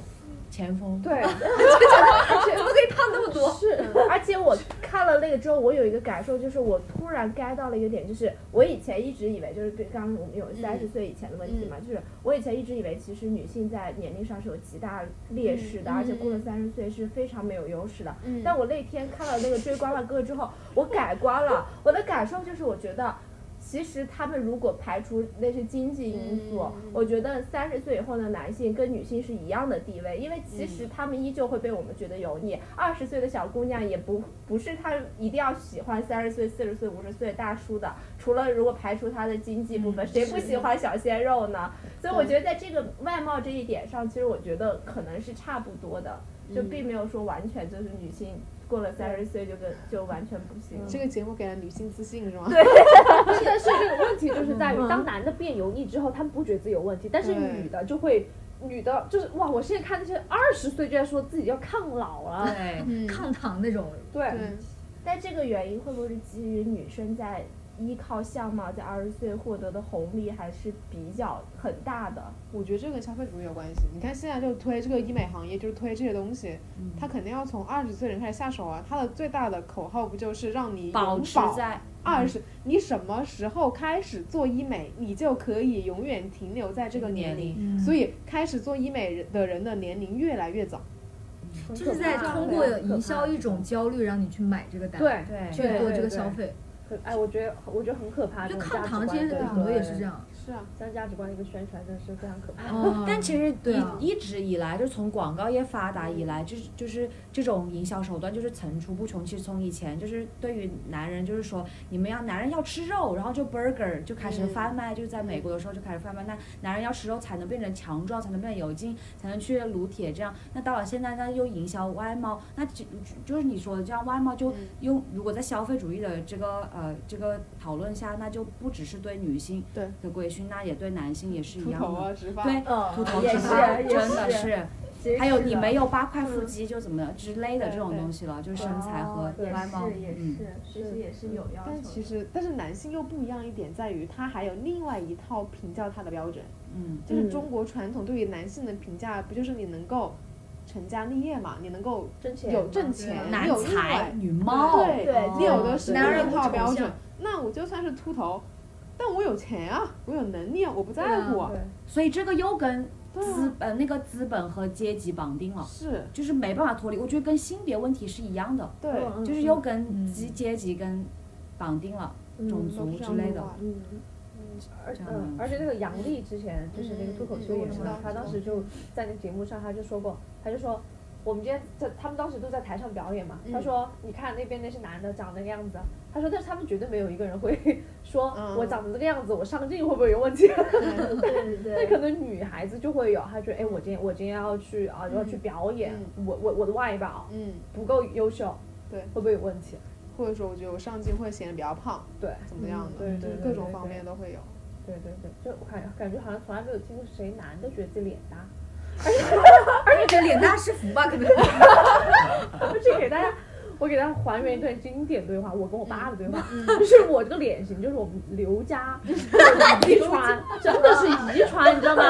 B: 前锋。
E: 对，
D: 怎么可以胖那么多？
E: 是
I: 而且我看了那个之后，我有一个感受，就是我突然 get 到了一个点，就是我以前一直以为，就是刚刚我们有三十岁以前的问题嘛，就是我以前一直以为，其实女性在年龄上是有极大劣势的，而且过了三十岁是非常没有优势的。但我那天看了那个《追光了歌》之后，我改观了，我的感受就是我觉得。其实他们如果排除那些经济因素，我觉得三十岁以后的男性跟女性是一样的地位，因为其实他们依旧会被我们觉得油腻。二十岁的小姑娘也不不是她一定要喜欢三十岁、四十岁、五十岁大叔的，除了如果排除她的经济部分，谁不喜欢小鲜肉呢？所以我觉得在这个外貌这一点上，其实我觉得可能是差不多的，就
A: 嗯
I: 并没有说完全就是女性过了三十岁就跟就完全不行。
A: 这个节目给了女性自信是吗？
I: 对，
E: 但是这个问题就是在于，
D: 嗯
E: 当男的变油腻之后，他们不觉得自己有问题，但是
A: 对
E: 女的就会。女的就是哇！我现在看那些二十岁就在说自己要抗老 了，
B: 对，
D: 抗糖那种，
E: 对，
A: 对，
I: 但这个原因会不会是基于女生在依靠相貌在二十岁获得的红利还是比较很大的？
A: 我觉得这个跟消费主义有关系。你看现在就推这个医美行业，就是推这些东西，他肯定要从二十岁人开始下手啊。他的最大的口号不就是让你永
B: 保
A: 保
B: 持在
A: 二十？你什么时候开始做医美，你就可以永远停留在这个
B: 年
A: 年龄。
B: 龄，
A: 所以开始做医美的人的年龄越来越早。
D: 就是在通过营销一种焦虑让你去买这个单，
E: 对，
B: 对
D: 去做这个消费。
E: 很哎，我觉得我觉得很可怕。
D: 就
E: 这种
D: 抗
E: 啊价值观
D: 糖这些
E: 的一
D: 很多
E: 个
D: 也是这，样。
A: 是啊，
E: 像价值观的一个宣传真的是非常可怕。
D: 哦
B: 但其实
D: 对啊
B: 一一直以来，就是从广告业发达以来，就是就是这种营销手段就是层出不穷。其实从以前就是对于男人，就是说你们要男人要吃肉，然后就 burger 就开始贩卖，就是在美国的时候就开始贩卖，那男人要吃肉才能变成强壮，才能变得有劲，才能去撸铁这样。那到了现在，那又营销外貌，那就就是你说的这样外貌就用，如果在消费主义的这个呃这个讨论下，那就不只是对女性
A: 对
B: 的规训，那也对男性也是一
A: 秃
B: 样
A: 头
B: 的。
A: 啊，植发。
B: 对，
I: 嗯
B: 秃头
I: 也
B: 是
I: 是
B: 吧
I: 也
B: 真的
I: 是
B: 是，
I: 其实
B: 还有你
I: 没
B: 没有八块腹肌就怎么之类的这种东西了，就是身材和
I: 也
B: 外貌，
I: 哦是也是
B: 嗯，，
I: 其实也是有要求
A: 但
I: 的。
A: 其实，但是男性又不一样一点，在于他还有另外一套评价他的标准，
B: 嗯，
A: 就是
E: 嗯
A: 中国传统对于男性的评价，不就是你能够成家立业嘛，你能够
E: 挣钱
A: 有挣钱，你
B: 男
A: 有另
B: 才
A: 外，
B: 女貌，
A: 对
I: 对
A: 你有的是
D: 男人
A: 另一套
D: 有
A: 标
D: 丑
A: 准
D: 相。
A: 那我就算是秃头，但我有钱啊，我有能力啊，我不在乎啊。
B: 所以这个又跟
A: 对啊
B: 资呃那个资本和阶级绑定了，
A: 是，
B: 就是没办法脱离。我觉得跟性别问题是一样的，
A: 对，
I: 嗯
B: 就是又跟阶阶级跟绑定了
A: 都
B: 种族
A: 是这
B: 之
A: 样
B: 类
A: 的
B: 的，
A: 话。
E: 嗯，而
B: 这样
E: 嗯，
B: 的
E: 而且那个杨笠之前就是那个脱口秀
A: 嗯
E: 演员
A: 嗯嗯，
E: 他当时就在那节目上，他就说过，他就说我们今天在他们当时都在台上表演嘛，
A: 嗯
E: 他说你看那边那些男的长那个样子，他说但是他们绝对没有一个人会说
A: 嗯
E: 我长成这个样子，我上镜会不会有问题？
A: 对
I: 对对对
E: 那可能女孩子就会有，她觉得哎，我今天我今天要去啊，要去表演，我我我的外表
A: 嗯，
E: 不够优秀，
A: 对
E: 会不会有问题？
A: 或者说我觉得我上镜会显得比较胖，
E: 对
A: 怎么样的，
E: 嗯对
A: 就
E: 对
A: 是
E: 对
A: 各
E: 对
A: 种
E: 对
A: 方
E: 对
A: 面都会有。
E: 对对对，就我感感觉好像从来没有听过谁男的觉得自己脸大，
D: 而且觉得脸大是福吧，可能。
E: 我这给大家，我给大家还原一段经典对话，我跟我爸的对话， 就是我这个脸型，就是我们刘家遗传，真的是遗传，你知道吗？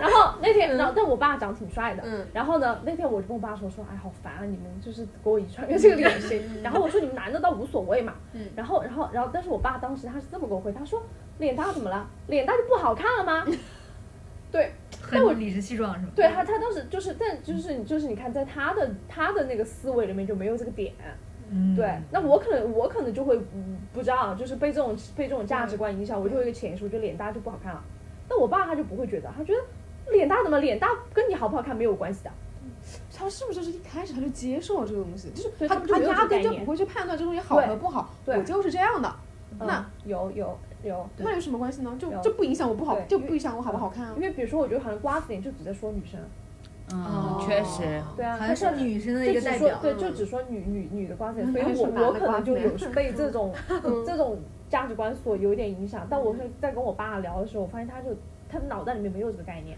E: 然后那天，然后但我爸长挺帅的，
A: 嗯
E: 然后呢，那天我就跟我爸说说，哎，好烦啊，你们就是给我遗传一个这个脸型，然后我说你们男的倒无所谓嘛，然后然后然后，但是我爸当时他是这么给我回，他说脸大怎么了？脸大就不好看了吗？ 对，但我
D: 很理直气壮是吗？
E: 对他，他当时就是，但就是就是，你看，在他的他的那个思维里面就没有这个点。
D: 嗯
E: 对，那我可能我可能就会嗯不知道，就是被这种被这种价
D: 嗯
E: 值观影响，我就会有一个潜意识，我觉得脸大就不好看了。但我爸他就不会觉得，他觉得脸大怎么脸大跟你好不好看没有关系的。
A: 他是不是就是一开始他就接受了这个东西，就是
E: 对
A: 他
E: 他就
A: 他
E: 没有这
A: 压
E: 个概
A: 根就
E: 念
A: 不会去判断这东西好和不好，
E: 对
A: 我就是这样的，那
E: 嗯有有有，
A: 那有什么关系呢？就
E: 有
A: 就不影响我不好，
E: 对
A: 就
E: 因为
A: 不影响我好不好
D: 嗯
A: 看啊
E: 因。为比如说，我觉得好像瓜子脸就只在说女生，
A: 哦
B: 嗯，确实，
E: 对啊，
D: 哦好
E: 他
D: 像
E: 说
D: 是女生的一
E: 就
D: 个
E: 只
D: 代
E: 说
D: 表。啊嗯
E: 对，就只说女女女的瓜子脸，所以
A: 还是
E: 我
A: 男的
E: 我可
A: 瓜
E: 能
A: 子
E: 就有
A: 脸
E: 被这 种这种价值观所有点影响。但我是
D: 嗯
E: 在跟我爸聊的时候，我发现他就他脑袋里面没有这个概念。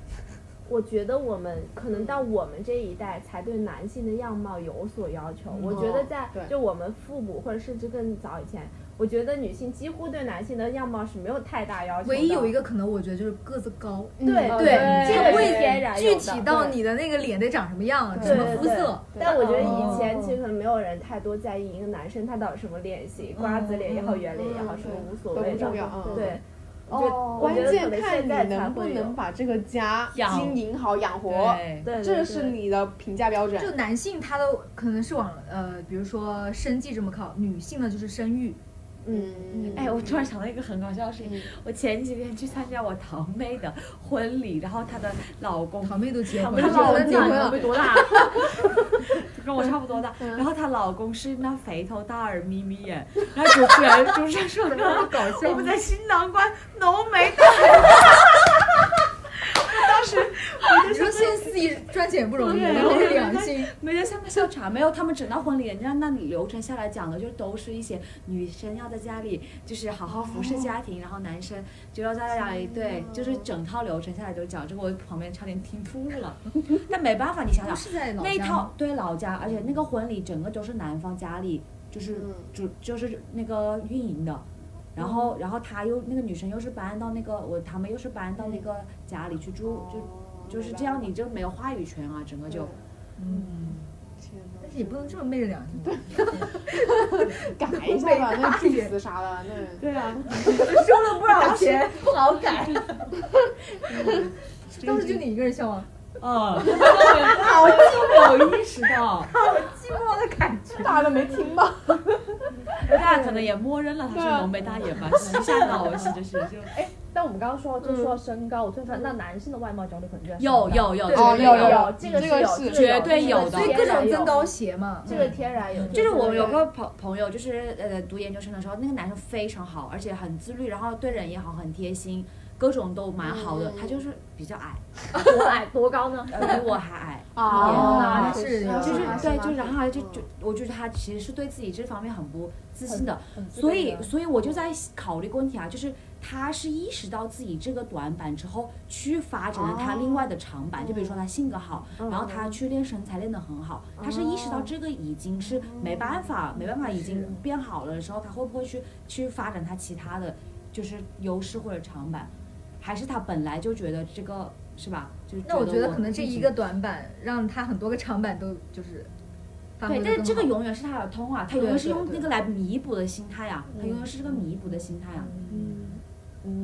I: 我觉得我们可
A: 嗯
I: 能到我们这一代才对男性的样貌有所要求。我觉得在
A: 哦对
I: 就我们父母或者甚至更早以前，我觉得女性几乎对男性的样貌是没有太大要求的。
D: 唯一有一
I: 个
D: 个可能，我觉得就是个子高。
I: 对
A: 哦
E: 嗯
D: 对
E: 对，
I: 这
D: 这
I: 个
D: 个
I: 是
D: 会
I: 天然有
D: 具
I: 的
D: 体到
I: 对
D: 你的那个脸得长什么样，
A: 对
D: 什么肤
I: 对
D: 色。
I: 但我觉得以
E: 哦
I: 前其实可能没有人太多在意一个男生他到底什么脸型，瓜子脸也
A: 嗯
I: 好，圆脸也好，什么无所
A: 都
I: 谓
A: 不
I: 的。
A: 重要啊。嗯，
I: 对，
E: 哦
I: 我
A: 关
I: 觉得可
A: 键
I: 能
A: 看
I: 现
A: 你
I: 在才
A: 能不
I: 会有
A: 能把这个家
B: 养
A: 经营好、养活，
B: 对，
I: 对，对
A: 这
I: 对
A: 是你的评价标
D: 就
A: 准。
D: 男性他的可能是往呃，比如说生计这么靠，女性呢就是生育，
A: 嗯，
B: 哎，我突然想到一个很搞笑的事情，我前几天去参加我堂妹的婚礼，然后她的老公
D: 堂妹都结
B: 堂
D: 婚
B: 妹
D: 了，
B: 老
D: 结婚
B: 公
D: 了，
B: 比多大？跟我差不多大。然后她老公是那肥头大耳、眯眯眼。 然后主持人主持人说：“搞笑！我们在新郎官浓眉大眼。”当时
D: 你说现在自己赚钱不容易，
B: 对
D: 然后良心，
B: 没得像个笑场，没有他们整到婚礼，人家那里流程下来讲的，就是都是一些女生要在家里就是好好服侍家庭，然后男生就要在家里对，就是整套流程下来都讲这个，我旁边差点听吐了。 但没办法，你想
D: 不
B: 想
D: 是在老
B: 那一
D: 家吗
B: 套对老家，而且那个婚礼整个都是男方家里就是
D: 嗯
B: 主、就是那个运营的。然
D: 嗯
B: 后，然后他又那个女生又是搬到那个我他们又是搬到那个家里去住，就就是这样，你就没有话语权啊，整个就。
D: 嗯，但是也不能这么昧着良心吧。
A: 改一下吧，那句子啥的，那
B: 对啊，
D: 收了不少钱，不好 改。当时就你一个人笑吗？
B: 啊， 好有意识 到，
A: 大家没听吧？
B: 大啊家可能也默认了他
D: 啊
B: 是浓眉大眼吧，吓到我，真的是就
E: 但我们刚刚说，就说到身高，我突然发现，那男生的外貌焦虑可能就在身
B: 有
E: 高
B: 有有，
A: 哦
E: 对
A: 有有
E: 有，这个
A: 这
E: 是
A: 个
E: 有，
A: 是
E: 这个
B: 绝对有
E: 有
B: 的
D: 所以各种增，高鞋嘛，嗯
I: 这个天然有，
B: 就是我们有个朋朋友，就是呃读研究生的时候，那个男生非常好，而且很自律，然后对人也好，很贴心，各种都蛮好的。他就是比较矮，
E: 这嗯 个有多矮多高呢？
B: 呃比我还矮，
D: 那
A: 哦，
D: 是
A: 啊
B: 就是
A: 啊
B: 对，
A: 啊
B: 就是然后就
A: 嗯
B: 就我觉得他其实是对自己这方面很不自信的，
E: 很自
B: 所
E: 卑
B: 以
E: 的
B: 所以我就在考虑一个问题啊，就是他是意识到自己这个短板之后，去发展了他另外的长板，就比如说他性格好，然后他去练身材练得很好，他是意识到这个已经是没办法，没办法已经变好了的时候，他会不会去去发展他其他的就是优势或者长板，还是他本来就觉得这个是吧？就是
D: 那我觉
B: 觉
D: 得可能这
B: 自己
D: 一个短板让他很多个长板都就是发挥得
B: 对，但是这个
D: 更好
B: 永远是他的通啊，他
D: 对
B: 永远是
D: 对
B: 用
D: 对嗯
B: 那个来弥补的心态啊，他永远是这个弥补的心态啊。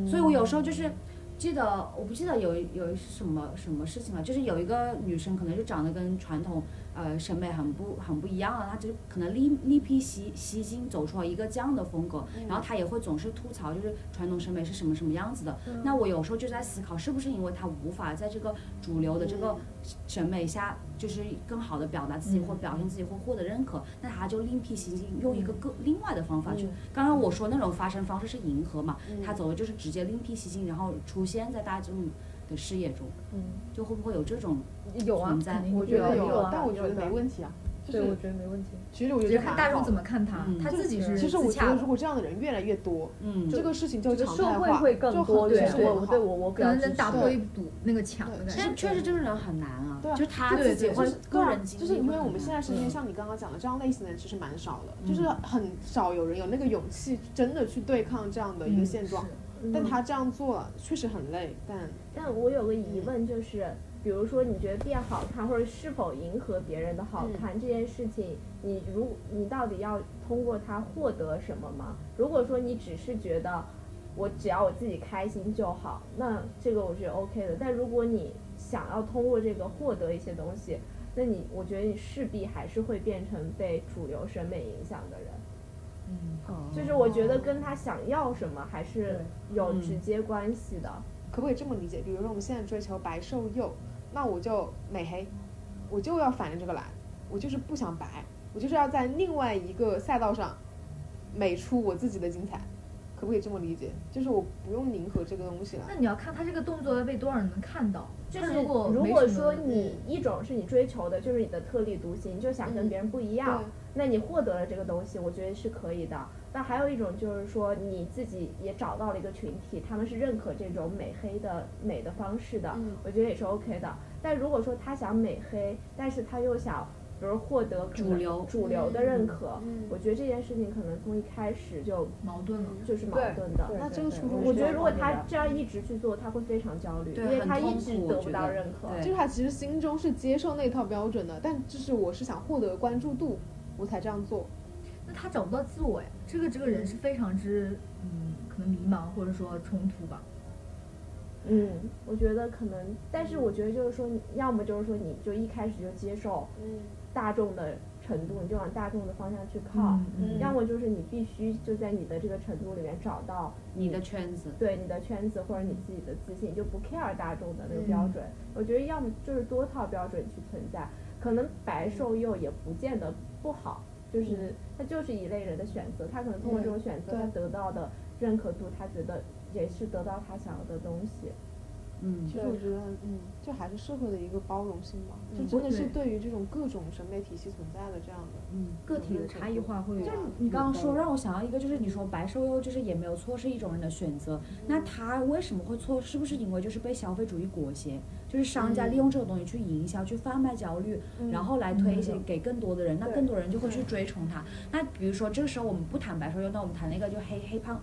B: 所以我有时候就是记得，我不记得有有什么什么事情了，就是有一个女生可能就长得跟传统呃审美很不很不一样啊了，她就可能另另辟蹊蹊径走出了一个这样的风格，
D: 嗯
B: 然后她也会总是吐槽就是传统审美是什么什么样子的。
D: 嗯
B: 那我有时候就在思考，是不是因为她无法在这个主流的这个审美下，就是更好的表达自己
A: 嗯
B: 或表现自己或获得认可，那她就另辟蹊径，用一
A: 嗯
B: 个个另外的方法去。刚刚我说那种发声方式是迎合嘛，
A: 嗯
B: 她走的就是直接另辟蹊径，然后出现在大众的视野中，
A: 嗯
B: 就会不会有这种
E: 有啊
B: 存，在？
E: 定
A: 我觉得
E: 有有
A: 有
E: 啊，
A: 但我
E: 有
A: 觉得
E: 的
A: 没问题啊，就
E: 对，我
A: 是
E: 觉得没问题。
A: 其实我觉
D: 只
A: 得
D: 是
A: 还
D: 看大众
A: 好
D: 怎么看他
B: 嗯，
D: 他自己是
A: 其实我
D: 自
A: 觉
D: 洽
A: 得，
D: 的
A: 如。果这样的人越来越多，
B: 嗯，
A: 这个事情就
E: 这个
A: 常
E: 社
A: 态
E: 会
A: 化，
E: 会更
A: 就
E: 多，
A: 很
E: 对
A: 社
E: 我
A: 会
E: 我
A: 化
E: 对我我比
D: 可
E: 较
D: 能
E: 支
D: 能
E: 持
D: 打破一堵那个墙的感
A: 对
D: 觉
B: 但。确实这种人很难啊，
A: 对啊
B: 就是他
D: 对
B: 自己
D: 对
B: 会
A: 对
B: 个
A: 啊
B: 人，经
A: 就
B: 历
A: 是
B: 会很难，
A: 因为我们现在身边像你刚刚讲的这样类型的人其实蛮少的，就是很少有人有那个勇气真的去对抗这样的一个现状。但他这样做了，确实很累，但
I: 但我有个疑问，就是比如说你觉得变好看，或者是否迎合别人的好看、这件事情，你如你到底要通过它获得什么吗？如果说你只是觉得我只要我自己开心就好，那这个我是 OK 的。但如果你想要通过这个获得一些东西，那你我觉得你势必还是会变成被主流审美影响的人。就是我觉得跟他想要什么还是有直接关系的。
A: 可不可以这么理解？比如说我们现在追求白瘦幼，那我就美黑，我就要反着这个来，我就是不想白，我就是要在另外一个赛道上美出我自己的精彩，可不可以这么理解？就是我不用迎合这个东西了
D: 那。你要看他这个动作被多少人能看到。
I: 就是
D: 他如果
I: 如
D: 没
I: 果
D: 什么
I: 说你一种是你追求的，就是你的特立独行，你就想跟别人不一样，那你获得了这个东西，我觉得是可以的。那还有一种就是说你自己也找到了一个群体，他们是认可这种美黑的美的方式的，我觉得也是 OK 的。但如果说他想美黑，但是他又想。比如获得可能
B: 主流
I: 主流的认可，我觉得这件事情可能从一开始就
D: 矛盾了，
I: 就是矛盾的。
E: 对
A: 那
E: 对
A: 这个
E: 对
A: 初衷
E: 我
I: 我
A: 是
I: 觉得
A: 有
I: 如果
E: 方面
I: 他
E: 的
I: 这样一直去做，他会非常焦虑，
B: 对
I: 因为
B: 很
I: 他一
B: 痛
I: 直
B: 苦我
I: 得
B: 觉
I: 不到
B: 得
I: 认可。
A: 就是他其实心中是接受那套标准的，但就是我是想获得关注度，我才这样做。
D: 那他找不到自我呀。这个这个人是非常之嗯，可能迷茫或者说冲突吧。
I: 嗯，我觉得可能，嗯但是我觉得就是说，要么就是说，你就一开始就接受大众的程度，你就往大众的方向去靠；
D: 嗯嗯
I: 要么就是你必须就在你的这个程度里面找到
L: 你的圈子，
I: 对你的圈子或者你自己的自信，就不 care 大众的那个标准。我觉得要么就是多套标准去存在，可能白瘦幼也不见得不好，
A: 嗯
I: 就是他就是一类人的选择，他可能通过这种选择，他得到的认可度，他觉得也是得到他想要的东西。
L: 嗯
A: 其，实我觉得，嗯，这还是社会的一个包容性吧，就真的是对于这种各种审美体系存在的这样的，
B: 嗯
D: 个体的差异化会
A: 就是
B: 你刚刚说让我想到一个，就是你说白瘦幼就是也没有错，是一种人的选择。那他为什么会错？是不是因为就是被消费主义裹挟，就是商家利用这个东西去营销、去贩卖焦虑，然后来推一些给更多的人，那更多人就会去追崇它。那比如说这个时候我们不谈白瘦幼，那我们谈那个就黑黑 胖。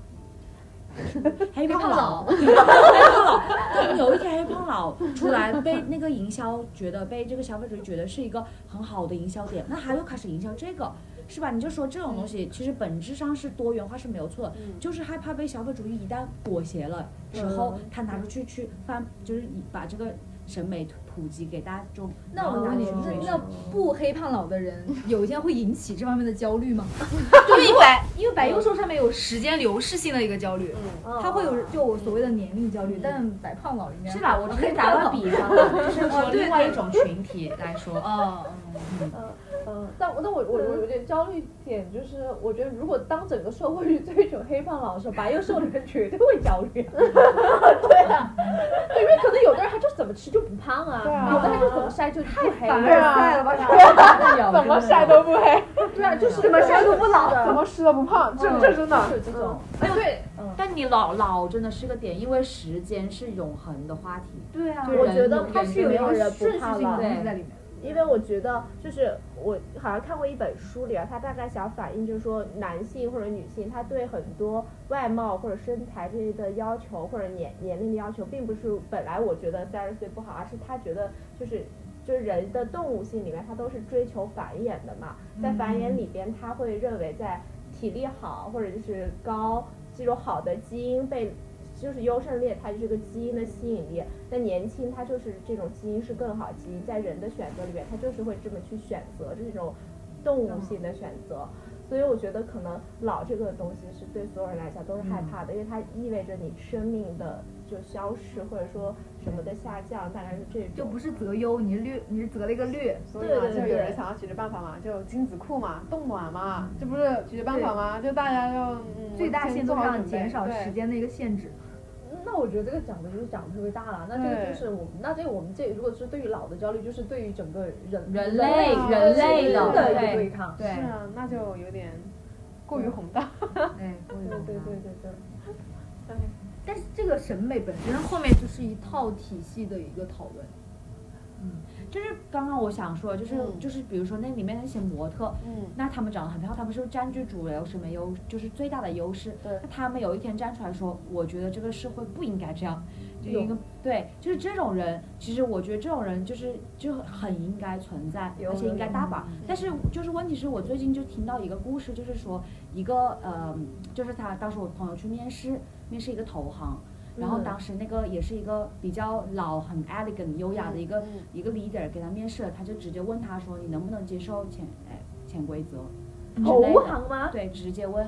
B: 黑胖老， 黑胖老，对，有一天黑胖老出来被那个营销觉得被这个消费者觉得是一个很好的营销点，那他又开始营销这个，是吧？你就说这种东西其实本质上是多元化是没有错的，就是害怕被消费主义一旦裹挟了之后，他拿出去去翻，就是以把这个审美普及给大众。
D: 那我
B: 然
D: 问
B: 后大
D: 你，
B: 家去追
D: 那
B: 求
D: 那不黑胖老的 人，有一天会引起这方面的焦虑吗？
B: 对吧？
D: 因为白幼瘦上面有时间流逝性的一个焦虑，
B: 嗯
D: 他会有就我所谓的年龄焦虑，但白胖老应该
B: 是啦，我只是打个比 方啊，就是说另外一种群体来说，
D: 哦，
E: 嗯，但我但我我我有点焦虑点，就是我觉得如果当整个社会去追求黑胖老的时候，白幼瘦的人绝对会焦 虑。啊对啊，对，因为可能有的人他就怎么吃就不胖啊，有的他就怎么晒就太黑
B: 嗯
D: 凡
E: 了。
D: 尔
B: 啊
D: 赛了吧？
M: 怎么晒都不黑，
E: 对啊，就是怎么晒都不老嗯
M: 怎么吃都不胖，这这真的。
E: 有这种。
M: 嗯
B: 哎对，但你老老真的是个点，因为时间是永恒的话题。
E: 对啊
B: 就
I: 我
B: 人
I: 觉得
B: 永
I: 它
B: 远
I: 是有一
B: 没有
I: 个
B: 人
I: 顺
B: 不
I: 序
B: 怕
I: 性的
B: 老
I: 东
B: 对
I: 西在里面。因为我觉得，呃就是我好像看过一本书里啊，它大概想反映，就是说男性或者女性，他对很多外貌或者身材这些的要求，或者年年龄的要求，并不是本来我觉得三十岁不好，而是他觉得就是就是人的动物性里面，他都是追求繁衍的嘛，在繁
D: 嗯
I: 衍里边，他会认为在体力好或者就是高这种好的基因被就是优胜劣汰，就是个基因的吸引力。那年轻它就是这种基因是更好基因，在人的选择里面，它就是会这么去选择这种动
D: 嗯
I: 物性的选择。所以我觉得可能老这个东西是对所有人来讲都是害
D: 嗯
I: 怕的，因为它意味着你生命的就消逝，或者说什么的下降，大概是这种。
D: 就不是择优，你是略，你是择了一个略，
A: 所以嘛，
I: 对对
A: 就有
I: 对
A: 人想要解决办法嘛，就精子库嘛，冻卵嘛，这不是解决办法吗？就大家要嗯，
D: 最大限
A: 先
D: 度
A: 做好
D: 上
A: 准备
D: 减少
A: 对
D: 时间的一个限制。
E: 那我觉得这个讲的就是讲的特别大了。那这个
A: 对
E: 就是我们，那这个我们这如果是对于老的焦虑，就是对于整个人
B: 人类
E: 类
B: 人类
E: 的
B: 的
E: 的一个
B: 对
E: 对抗。
B: 对
A: 是啊，那就有点过于宏大。
D: 哎，对
E: 对对对对对。
D: 但是这个审美本身后面就是一套体系的一个讨论。
B: 就是刚刚我想说，就是、
A: 嗯
B: 就是比如说那里面那些模特，
A: 嗯，
B: 那他们长得很漂亮，他们是占据主流审美优，就是最大的优势。
A: 对
B: 那他们有一天站出来说，我觉得这个社会不应该这样，就一个对，就是这种人，其实我觉得这种人就是就很应该存在，
E: 有
B: 而且应该大把
A: 嗯。
B: 但是就是问题是我最近就听到一个故事，就是说一个呃，就是他当时我朋友去面试，面试一个投行。然后
E: 嗯
B: 当时那个也是一个比较老、很 elegant、优雅的一个
A: 嗯
B: 一个 leader 给他面试了，他就直接问他说：“你能不能接受潜哎潜规则？”
E: 投
B: 之类的
E: 行吗？
B: 对，直接问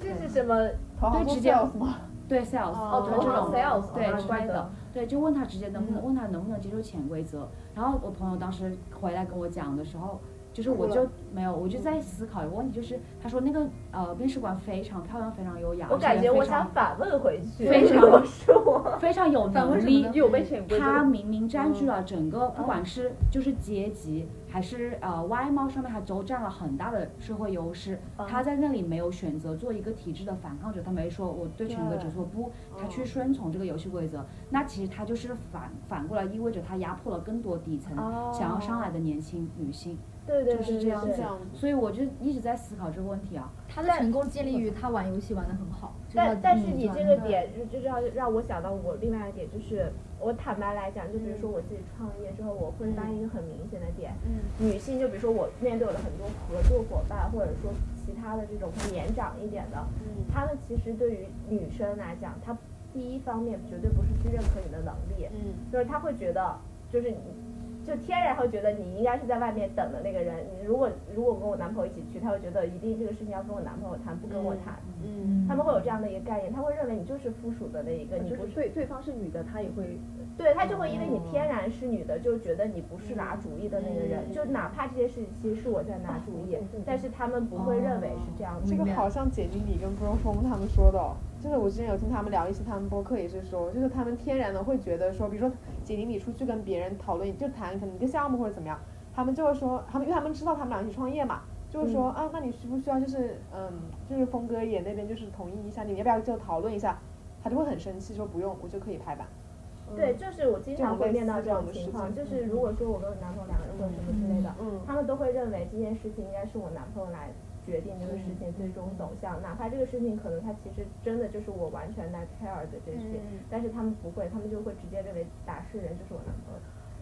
E: 这是什么？
A: 投行
B: 对
A: 做
B: 直接
A: sales 吗？
B: 对 sales，、
A: 哦
B: 对
E: 投
B: 这种
E: 行 sales 嗯
B: 对
E: 啊
B: 之
E: 怪
B: 类
E: 不
B: 的
E: 得，
B: 对，就问他直接能不能、问他能不能接受潜规则。然后我朋友当时回来跟我讲的时候，就是
E: 嗯
B: 我就没有，我就在思考一个问题，就是他说那个呃面试官非常漂亮，非常优雅，
E: 我感觉
B: 而且
E: 我
B: 非常
E: 想反问回去。
B: 非常
E: 如果是我。
B: 非常有能力，
E: 有被潜规则
B: 他明明占据了整个，不管是就是阶级还是呃外貌上面，他都占了很大的社会优势。他在那里没有选择做一个体制的反抗者，他没说我对权规则说不，他去顺从这个游戏规则。那其实他就是反反过来意味着他压迫了更多底层
E: 哦
B: 想要上来的年轻女性。
E: 对对
B: 就是
E: 对
B: 这
E: 对
B: 样
E: 对
B: 子。所以我就一直在思考这个问题啊。
D: 他的成功建立于他玩游戏玩得很好，这
I: 但
D: 叫
I: 但
D: 第
I: 是
D: 一
I: 你
D: 段
I: 这个点就就让让我想到我另外一个点，就是我坦白来讲，就比如说我自己创业之后，我会发现一个很明显的点，
A: 嗯
I: 女性就比如说我面对我的很多合作伙伴，或者说其他的这种年长一点的，
A: 嗯
I: 他们其实对于女生来讲，她第一方面绝对不是去认可你的能力，
A: 嗯
I: 就是他会觉得就是。就天然会觉得你应该是在外面等的那个人。你如果如果跟我男朋友一起去，他会觉得一定这个事情要跟我男朋友谈，不跟我谈。
N: 嗯
I: 他们会有这样的一个概念，他会认为你就是附属的那一个，你
E: 就
I: 不
E: 是
I: 是
E: 对对方是女的，她也会
I: 对他就会因为你天然是女的，就觉得你不是拿主意的那个人，
N: 嗯
I: 就哪怕这些事情是我在拿主意，但是他们不会认为是这样子。
A: 这个好像解经理跟 b r o f o m 他们说的哦，就是我之前有听他们聊一些他们播客也是说，就是他们天然的会觉得说，比如说解经理出去跟别人讨论，就谈可能一个项目或者怎么样，他们就会说，他们因为他们知道他们俩一起创业嘛，就是说、
I: 嗯
A: 啊，那你需不需要就是嗯，就是峰哥也那边就是同意一下，你们要不要就讨论一下？他就会很生气说不用，我就可以拍板。
I: 对，就是我经常会面到这种情嗯况，
A: 这
I: 就
A: 种类似
I: 是如果说我跟我男朋友两个人或者什么之类的，
A: 嗯
I: 他们都会认为这件事情应该是我男朋友来决定这个事
B: 嗯
I: 情最终走向，哪怕这个事情可能他其实真的就是我完全来 care 的这些，
B: 嗯
I: 但是他们不会，他们就会直接认为打是人就是我男朋友，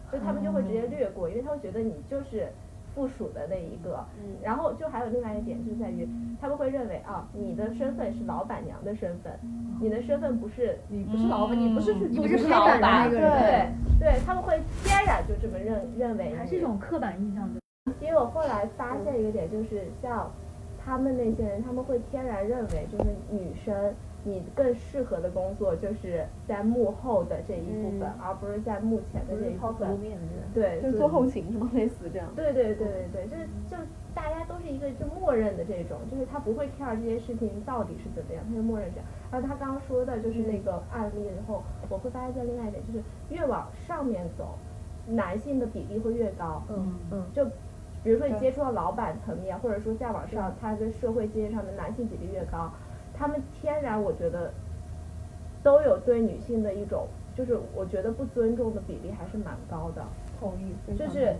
I: 所以他们就会直
B: 哦
I: 接略过，因为他们觉得你就是附属的那一个。
B: 嗯
I: 然后就还有另外一个点就在于，他们会认为啊，你的身份是老板娘的身份，你的身份不是嗯
E: 你不是老板，你不是
D: 嗯
E: 去
B: 你不
E: 组织
B: 是
E: 开
B: 老
E: 展的那
B: 板
E: 个人，
I: 对对，他们会天然就这么认认为你。
B: 还是一种刻板印象的。
I: 因为我后来发现一个点，就是像他们那些人，他们会天然认为，就是女生你更适合的工作就是在幕后的这一部分，
A: 嗯
I: 而不是在幕前的这一部分。
B: 面的，
I: 对，
A: 就是做后勤什么类似这样。
I: 对对对对对，就是就大家都是一个就默认的这种，就是他不会 care 这些事情到底是怎么样，他就默认这样。然后他刚刚说的就是那个案例以后，我会发现在另外一点就是越往上面走，男性的比例会越高。嗯嗯，就比如说你接触到老板层面，或者说再往上，他跟社会阶级上的男性比例越高，他们天然我觉得都有对女性的一种，就是我觉得不尊重的比例还是蛮高的。
E: 同意，非
I: 就
E: 常
I: 是
E: 同意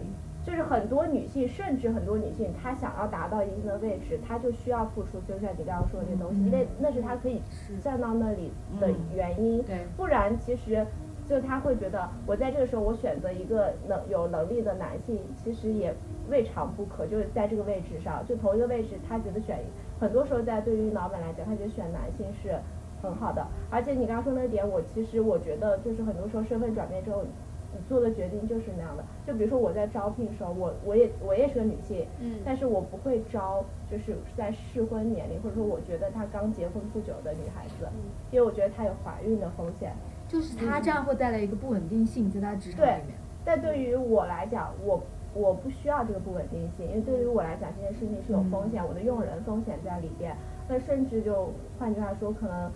I: 就是很多女性，甚至很多女性，她想要达到一定的位置，她就需要付出，就像你刚刚说的那东西，因为那是她可以站到那里的原因。
B: 对
I: 不然其实就她会觉得，我在这个时候我选择一个能有能力的男性，其实也未尝不可。就是在这个位置上，就同一个位置，她觉得选很多时候在对于老板来讲，她觉得选男性是。很好的，而且你刚刚说那个点，我其实我觉得就是很多时候身份转变之后，你做的决定就是那样的。就比如说我在招聘的时候，我我也我也是个女性，嗯，但是我不会招就是在适婚年龄，或者说我觉得她刚结婚不久的女孩子，因为我觉得她有怀孕的风险。
D: 就是他这样会带来一个不稳定性在他职场里面。
I: 但对于我来讲，我我不需要这个不稳定性，因为对于我来讲，这件事情是有风
A: 嗯
I: 险，我的用人风险在里边。那甚至就换句话说，可能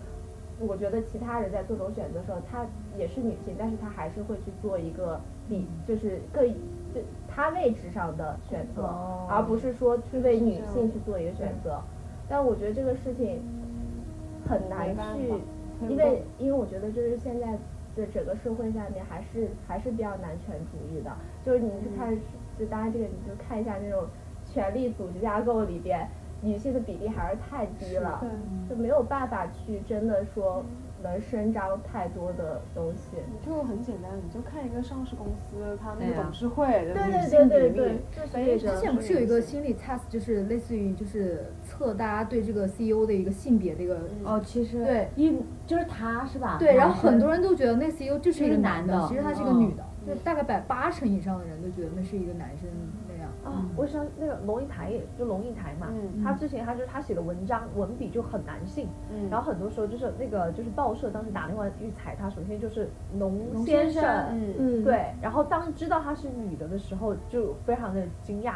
I: 我觉得其他人在做这种选择的时候，她也是女性，但是她还是会去做一个比
A: 嗯
I: 就是更就她位置上的选择，
A: 哦
I: 而不是说去为女性去做一个选择。但我觉得这个事情很难
A: 没办法
I: 去。因为因为我觉得就是现在的整个社会下面还是还是比较男权主义的，就是你去看，就当然这个你就看一下那种权力组织架构里边女性的比例还是太低了，就没有办法去真的说能伸张太多的东西。
A: 就很简单，你就看一个上市公司，它那
B: 对
A: 个
B: 啊
A: 董事会的
I: 对
A: 女
I: 对
A: 性
I: 对
A: 比
I: 对
A: 例，
I: 对，就是这
D: 之
I: 种。
D: 前不是有一个心理 test，就是类似于就是测大家对这个 CEO 的一个性别的一个。
B: 哦，其实
D: 对
B: 一就是他是吧？
D: 对，然后
B: 男生
D: 很多人都觉得那 CEO 就是一个男
B: 就是男的
D: 其实他是一个女的，嗯就大概百八成以上的人都觉得那是一个男生那样。
E: 啊，我想那个龙应台也就龙应台嘛，他之前他就是他写的文章文笔就很男性，然后很多时候就是那个就是报社当时打电话预采他，首先就是龙先生，嗯，对，然后当知道她是女的的时候就非常的惊讶，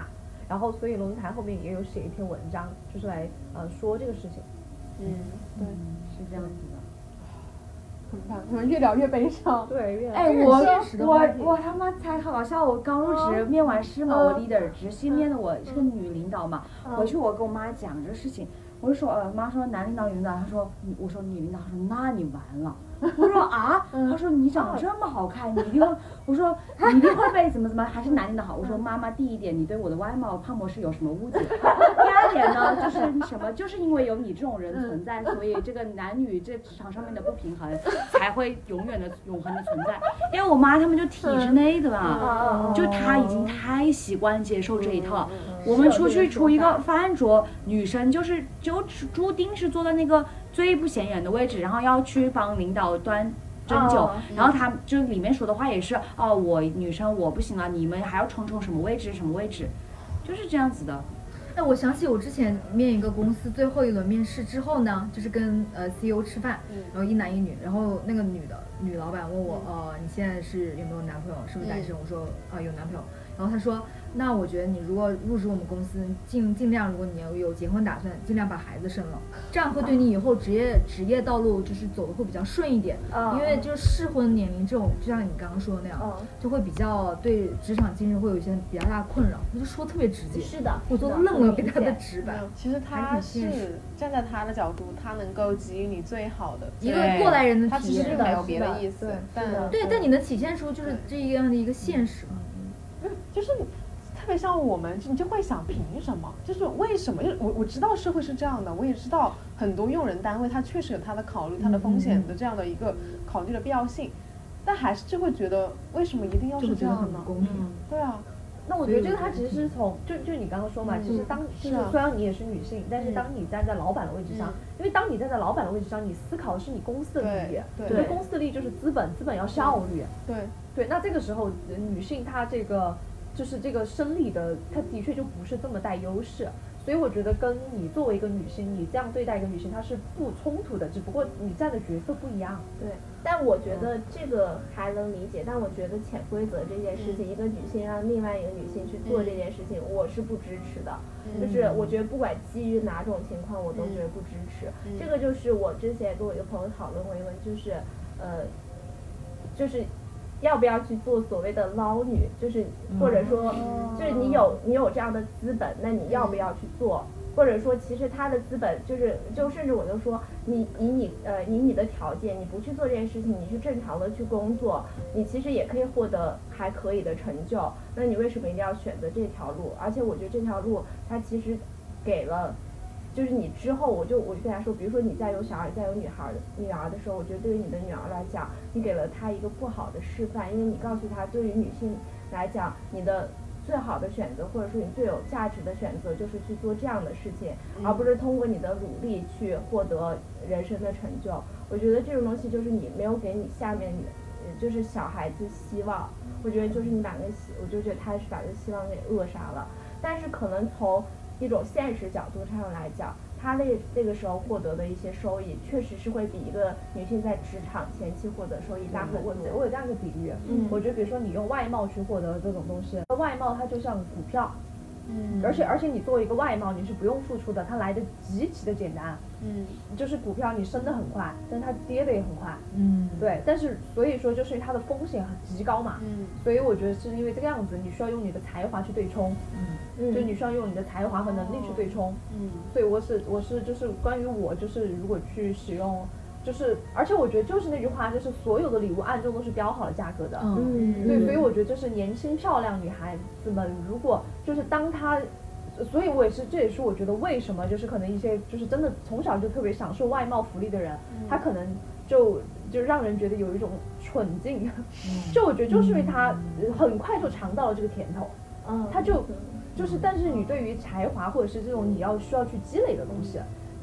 E: 然后所以龙应台后面也有写一篇文章，就是来呃说这个事情，
B: 嗯是这样子的。
A: 怎么办？怎么越聊越悲伤？
E: 对，越来
B: 哎，
D: 这啊是
B: 我
D: 现实的话嗯
B: 我
D: 题
B: 我他妈才好搞笑！我刚入职面完试嘛，我 leader 直系
D: 嗯
B: 面的我是个女领导嘛，回去我跟我妈讲这个事情，我就说呃，妈说男领导女领导，她说女我说女领导，她说那你完了。我说啊，她说你长得这么好看，你一定会，我说你一定会被怎么怎么，还是男领导好。我说妈妈，第一点，你对我的外貌胖模是有什么误解？第二点呢，就是什么，就是因为有你这种人存在，所以这个男女这职场上面的不平衡才会永远的、永恒的存在。因为我妈他们就体制内的嘛，就她已经太习惯接受这一套。我们出去出一个饭桌，女生就是就注定是坐在那个最不显眼的位置，然后要去帮领导端
O: 针灸
I: 哦，
O: 然后他就里面说的话也是哦，我女生我不行了，你们还要冲冲什么位置什么位置，就是这样子的。
D: 哎，我想起我之前面一个公司，最后一轮面试之后呢，就是跟呃 CEO 吃饭，
I: 嗯
D: 然后一男一女，然后那个女的女老板问我，呃，你现在是有没有男朋友，是不是单身？
I: 嗯
D: 我说啊、有男朋友。然后她说，那我觉得你如果入职我们公司，尽尽量如果你有有结婚打算，尽量把孩子生了，这样会对你以后职业职业道路就是走的会比较顺一点，
I: 嗯
D: 因为就是适婚年龄这种，就像你刚刚说的那样，
I: 嗯
D: 就会比较对职场进入会有一些比较大的困扰。我就说得特别直接，
I: 是的，
D: 我都
I: 是的
D: 愣了，给他
I: 很
D: 的
I: 明显
D: 直
A: 没
D: 白
A: 有。其实
D: 还
A: 他
D: 挺现实
A: 是站在他的角度，他能够给予你最好的，
D: 一个过来人的
A: 他
D: 体
A: 其实
D: 验
A: 并，没有别的意
I: 是的
A: 思
I: 对，
A: 但
I: 是的
D: 对，但你能体现出就是这样的一个现实嘛？
A: 就是特别像我们，就你就会想凭什么？就是为什么？就是我我知道社会是这样的，我也知道很多用人单位它确实有它的考虑、它的风
D: 嗯
A: 险的这样的一个考虑的必要性，但还是就会觉得为什么一定要
D: 就会
A: 是
D: 觉
A: 这
D: 得
A: 样
D: 很
A: 呢
D: 不？公平。
O: 嗯
A: 对啊，
E: 那我觉得这个
A: 嗯
E: 它其实是从，就就你刚刚说嘛，其实当就是
A: 啊嗯
E: 是虽然你也是女性，但是当你站在老板的位置上，因为当你站在老板的位置上，你思考的是你公司的利益，
A: 对
E: 因
A: 对
E: 为公司的利益就是资本，资本要效率，
A: 对，
E: 对，那这个时候呃女性她这个就是这个生理的，她的确就不是这么带优势。所以我觉得跟你作为一个女性，你这样对待一个女性，她是不冲突的，只不过你站的角色不一样。
I: 对， 嗯但我觉得这个还能理解，但我觉得潜规则这件事情，一个女性让另外一个女性去做这件事情，我是不支持的。
E: 嗯
A: 嗯
I: 就是我觉得不管基于哪种情况，我都觉得不支持。这个就是我之前跟我一个朋友讨论过一个问题，就是呃，就是要不要去做所谓的捞女，就是或者说，就是你有你有这样的资本，那你要不要去做？或者说，其实他的资本就是，就甚至我就说，你以你呃以你的条件，你不去做这件事情，你去正常的去工作，你其实也可以获得还可以的成就。那你为什么一定要选择这条路？而且我觉得这条路它其实给了就是你之后，我就我就跟他说，比如说你在有小孩、在有女孩、女儿的时候，我觉得对于你的女儿来讲，你给了她一个不好的示范，因为你告诉她，对于女性来讲，你的最好的选择，或者说你最有价值的选择，就是去做这样的事情，而不是通过你的努力去获得人生的成就。我觉得这种东西就是你没有给你下面的，呃就是小孩子希望。我觉得就是你把那希，我就觉得他是把那希望给扼杀了。但是可能从一种现实角度上来讲，她那那个时候获得的一些收益，确实是会比一个女性在职场前期获得收益大很
E: 我
I: 多。
E: 我有这样一个比喻，我觉得比如说你用外貌去获得这种东西，外貌它就像股票，嗯，而且而且你作为一个外貌，你是不用付出的，它来的极其的简单，嗯，就是股票你升的很快，但它跌的也很快，嗯，对，但是所以说就是它的风险极高嘛，嗯，所以我觉得是因为这个样子，你需要用你的才华去对冲，嗯，就你需要用你的才华和能力去对冲，嗯，所以我是我是就是关于我就是如果去使用。就是，而且我觉得就是那句话，就是所有的礼物暗中都是标好了价格的。
I: 嗯，
E: 对，所以我觉得就是年轻漂亮女孩子们，如果就是当她，所以我也是，这也是我觉得为什么就是可能一些就是真的从小就特别享受外貌福利的人，
I: 嗯
E: 她可能就就让人觉得有一种蠢劲，
I: 嗯
E: 就我觉得就是因为她呃很快就尝到了这个甜头，
I: 嗯，
E: 她就就是，但是你对于才华或者是这种你要需要去积累的东西。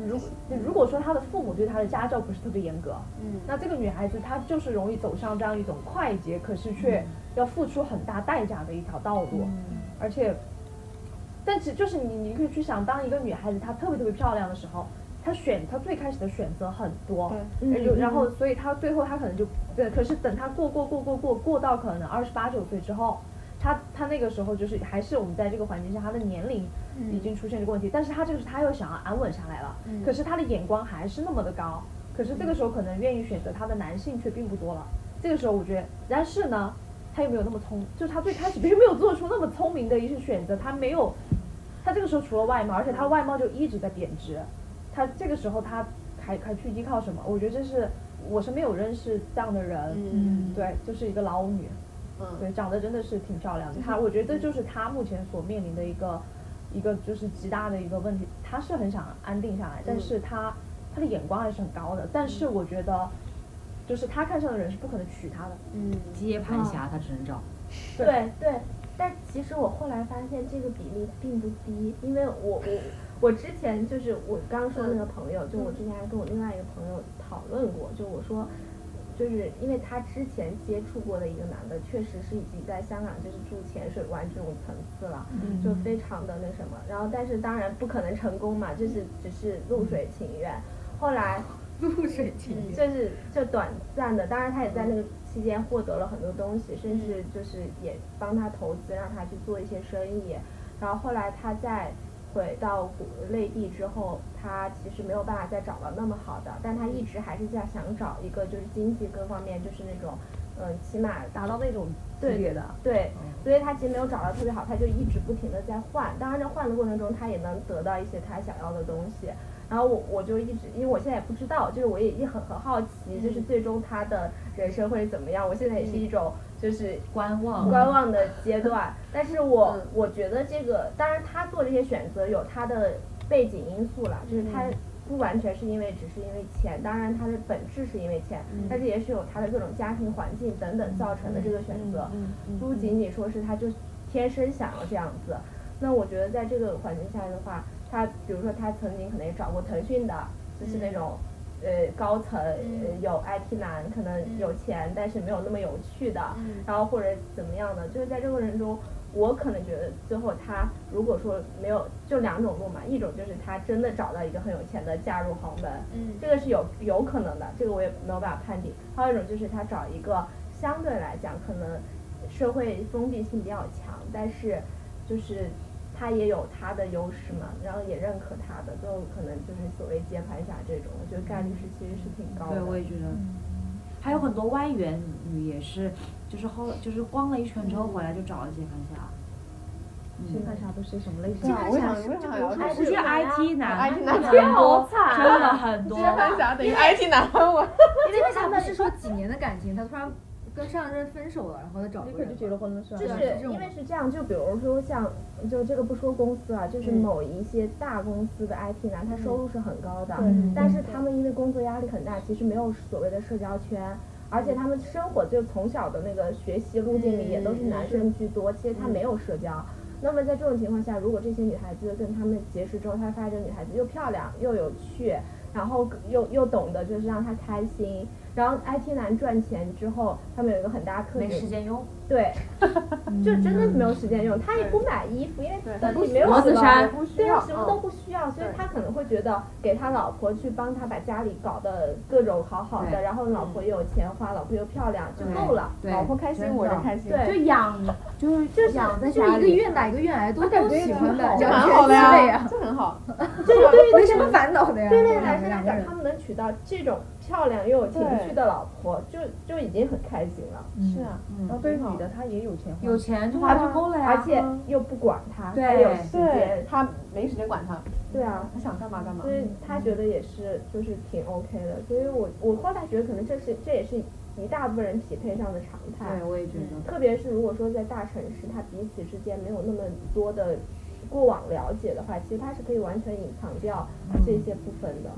E: 如如果说她的父母对她的家教不是特别严格，嗯，那这个女孩子她就是容易走上这样一种快捷，可是
I: 嗯
E: 却要付出很大代价的一条道路，而且，但是就是你你可以去想，当一个女孩子她特别特别漂亮的时候，她选她最开始的选择很多，然后然后所以她最后她可能就对，可是等她过过过过过过到可能二十八九岁之后。她她那个时候就是还是我们在这个环境下，她的年龄已经出现这个问题，但是她这个时候她又想要安稳下来了，可是她的眼光还是那么的高，可是这个时候可能愿意选择她的男性却并不多了。这个时候我觉得，但是呢，她又没有那么聪，就是她最开始并没有做出那么聪明的一些选择，她没有，她这个时候除了外貌，而且她外貌就一直在贬值，她这个时候她还还去依靠什么？我觉得这是我身边有认识这样的人，嗯，对，就是一个老女，嗯，对，长得真的是挺漂亮的。
P: 嗯
E: 她，我觉得这就是她目前所面临的一个一个就是极大的一个问题。她是很想安定下来，但
P: 嗯
E: 是她她的眼光还是很高的。但是我觉得，就是她看上的人是不可能娶她的。
O: 接盘侠他只能找，
I: 对对，但其实我后来发现这个比例并不低，因为我我我之前就是我刚说那个朋友，就我之前还跟我另外一个朋友讨论过，就我说就是因为她之前接触过的一个男的，确实是已经在香港就是住浅水湾这种层次了，就非常的那什么。然后，但是当然不可能成功嘛，就是只是露水情缘。后来
P: 露水情缘，
I: 嗯就是就短暂的，当然他也在那个期间获得了很多东西，甚至就是也帮他投资，让他去做一些生意。然后后来他在回到国内地之后，他其实没有办法再找到那么好的，但他一直还是在想找一个就是经济各方面就是那种，嗯、起码
P: 达到那种级
I: 对
P: 别的，
I: 对，所以他其实没有找到特别好，他就一直不停的在换。当然，在换的过程中，他也能得到一些他想要的东西。然后我我就一直，因为我现在也不知道，就是我也也很很好奇，就是最终他的人生会是怎么样。我现在也是一种就是
P: 观望
I: 观望的阶段，但是我我觉得这个，当然他做这些选择有他的背景因素啦，就是他不完全是因为只是因为钱，当然他的本质是因为钱，但是也许有他的各种家庭环境等等造成的这个选择，不仅仅说是他就天生想要这样子。那我觉得在这个环境下的话，他比如说他曾经可能也找过腾讯的，就是那种、呃高层、呃有 IT 男，可能有钱、但是没有那么有趣的，然后或者怎么样的，就是在这个过程中，我可能觉得最后他如果说没有，就两种路嘛，一种就是他真的找到一个很有钱的嫁入豪门，
P: 嗯
I: 这个是有有可能的，这个我也没有办法判定。还有一种就是他找一个相对来讲可能社会封闭性比较强，但是就是他也有他的优势嘛，然后也认可他的，就可能就是所谓接盘侠这种，我觉得概率是其实是挺高的。
O: 对，我也觉得。还有很多外援女也是，就是后就是逛了一圈之后回来就找了接盘侠。
E: 嗯
P: 接盘侠都是什么类型
C: 对啊，我想我想聊
O: 哎，不
C: 这个
O: 是 IT 男
C: ，IT
O: 男
C: 男
O: 很
C: 好
O: 多，
C: 惨
O: 真的很多
C: 接。盘侠等于 IT 男我。
D: 因为他们是说几年的感情，他突然跟上任分手了，然后他找
E: 立
D: 个
E: 刻
D: 人
E: 就结
D: 了。
E: 了婚了是吧？
I: 就
D: 对
I: 是
D: 这种
I: 因为是这样，就比如说像，就这个不说公司啊，就是
D: 嗯
I: 某一些大公司的 IT 男，他收入是很高的，但
D: 嗯
I: 是他们因为工作压力很大，其实没有所谓的社交圈，而
D: 嗯
I: 且他们生活就从小的那个学习路径里也都
D: 嗯
I: 是男生居多，其实他没有社交。那么在这种情况下，如果这些女孩子跟他们结识之后，他发现这个女孩子又漂亮又有趣，然后又又懂得就是让她开心，然后 IT 男赚钱之后，他们有一个很大特
O: 没
I: 点，
O: 时间用，
I: 对，就真的没有时间用，他也不买衣服，因为自己没有
O: 摩
I: 什
O: 子
I: 么，
O: 衫
I: 对啊，什么都不需要，所以他可能会觉得给他老婆去帮他把家里搞得各种好好的，
O: 对
I: 然后老婆又有钱花，老婆又漂亮就
O: 对
I: 够了。
O: 对，
C: 老婆开心，我就开心。
I: 对，
O: 就养就是
I: 就
O: 养在
D: 就
O: 家
D: 一个
O: 里。
D: 愿打一个愿挨，都都喜欢的，
C: 这
D: 两
C: 蛮好的
D: 全
C: 呀，
D: 对呀，
C: 这很好。
I: 就是对于
D: 没什么烦恼的呀。
I: 对那个男生来
D: 两个
I: 讲，
D: 人啊
I: 他，们能娶到这种漂亮又有情
C: 对
I: 趣的老婆，就就已经很开心了，
C: 是啊，
O: 嗯
E: 然后对于女的，她也有钱花，
O: 有钱就花就够了呀。嗯
I: 而且又不管他，
O: 对
I: 他有时
C: 对
I: 间，
C: 他没时间管他，
I: 对啊。
C: 他想干嘛干嘛
I: 所。以他觉得也是，就是挺 OK 的。所以我我后来觉得，可能这是这也是一大部分人匹配上的常态
O: 对，。我也觉得。
I: 特别是如果说在大城市，他彼此之间没有那么多的过往了解的话，其实他是可以完全隐藏掉
C: 嗯
I: 这些部分的。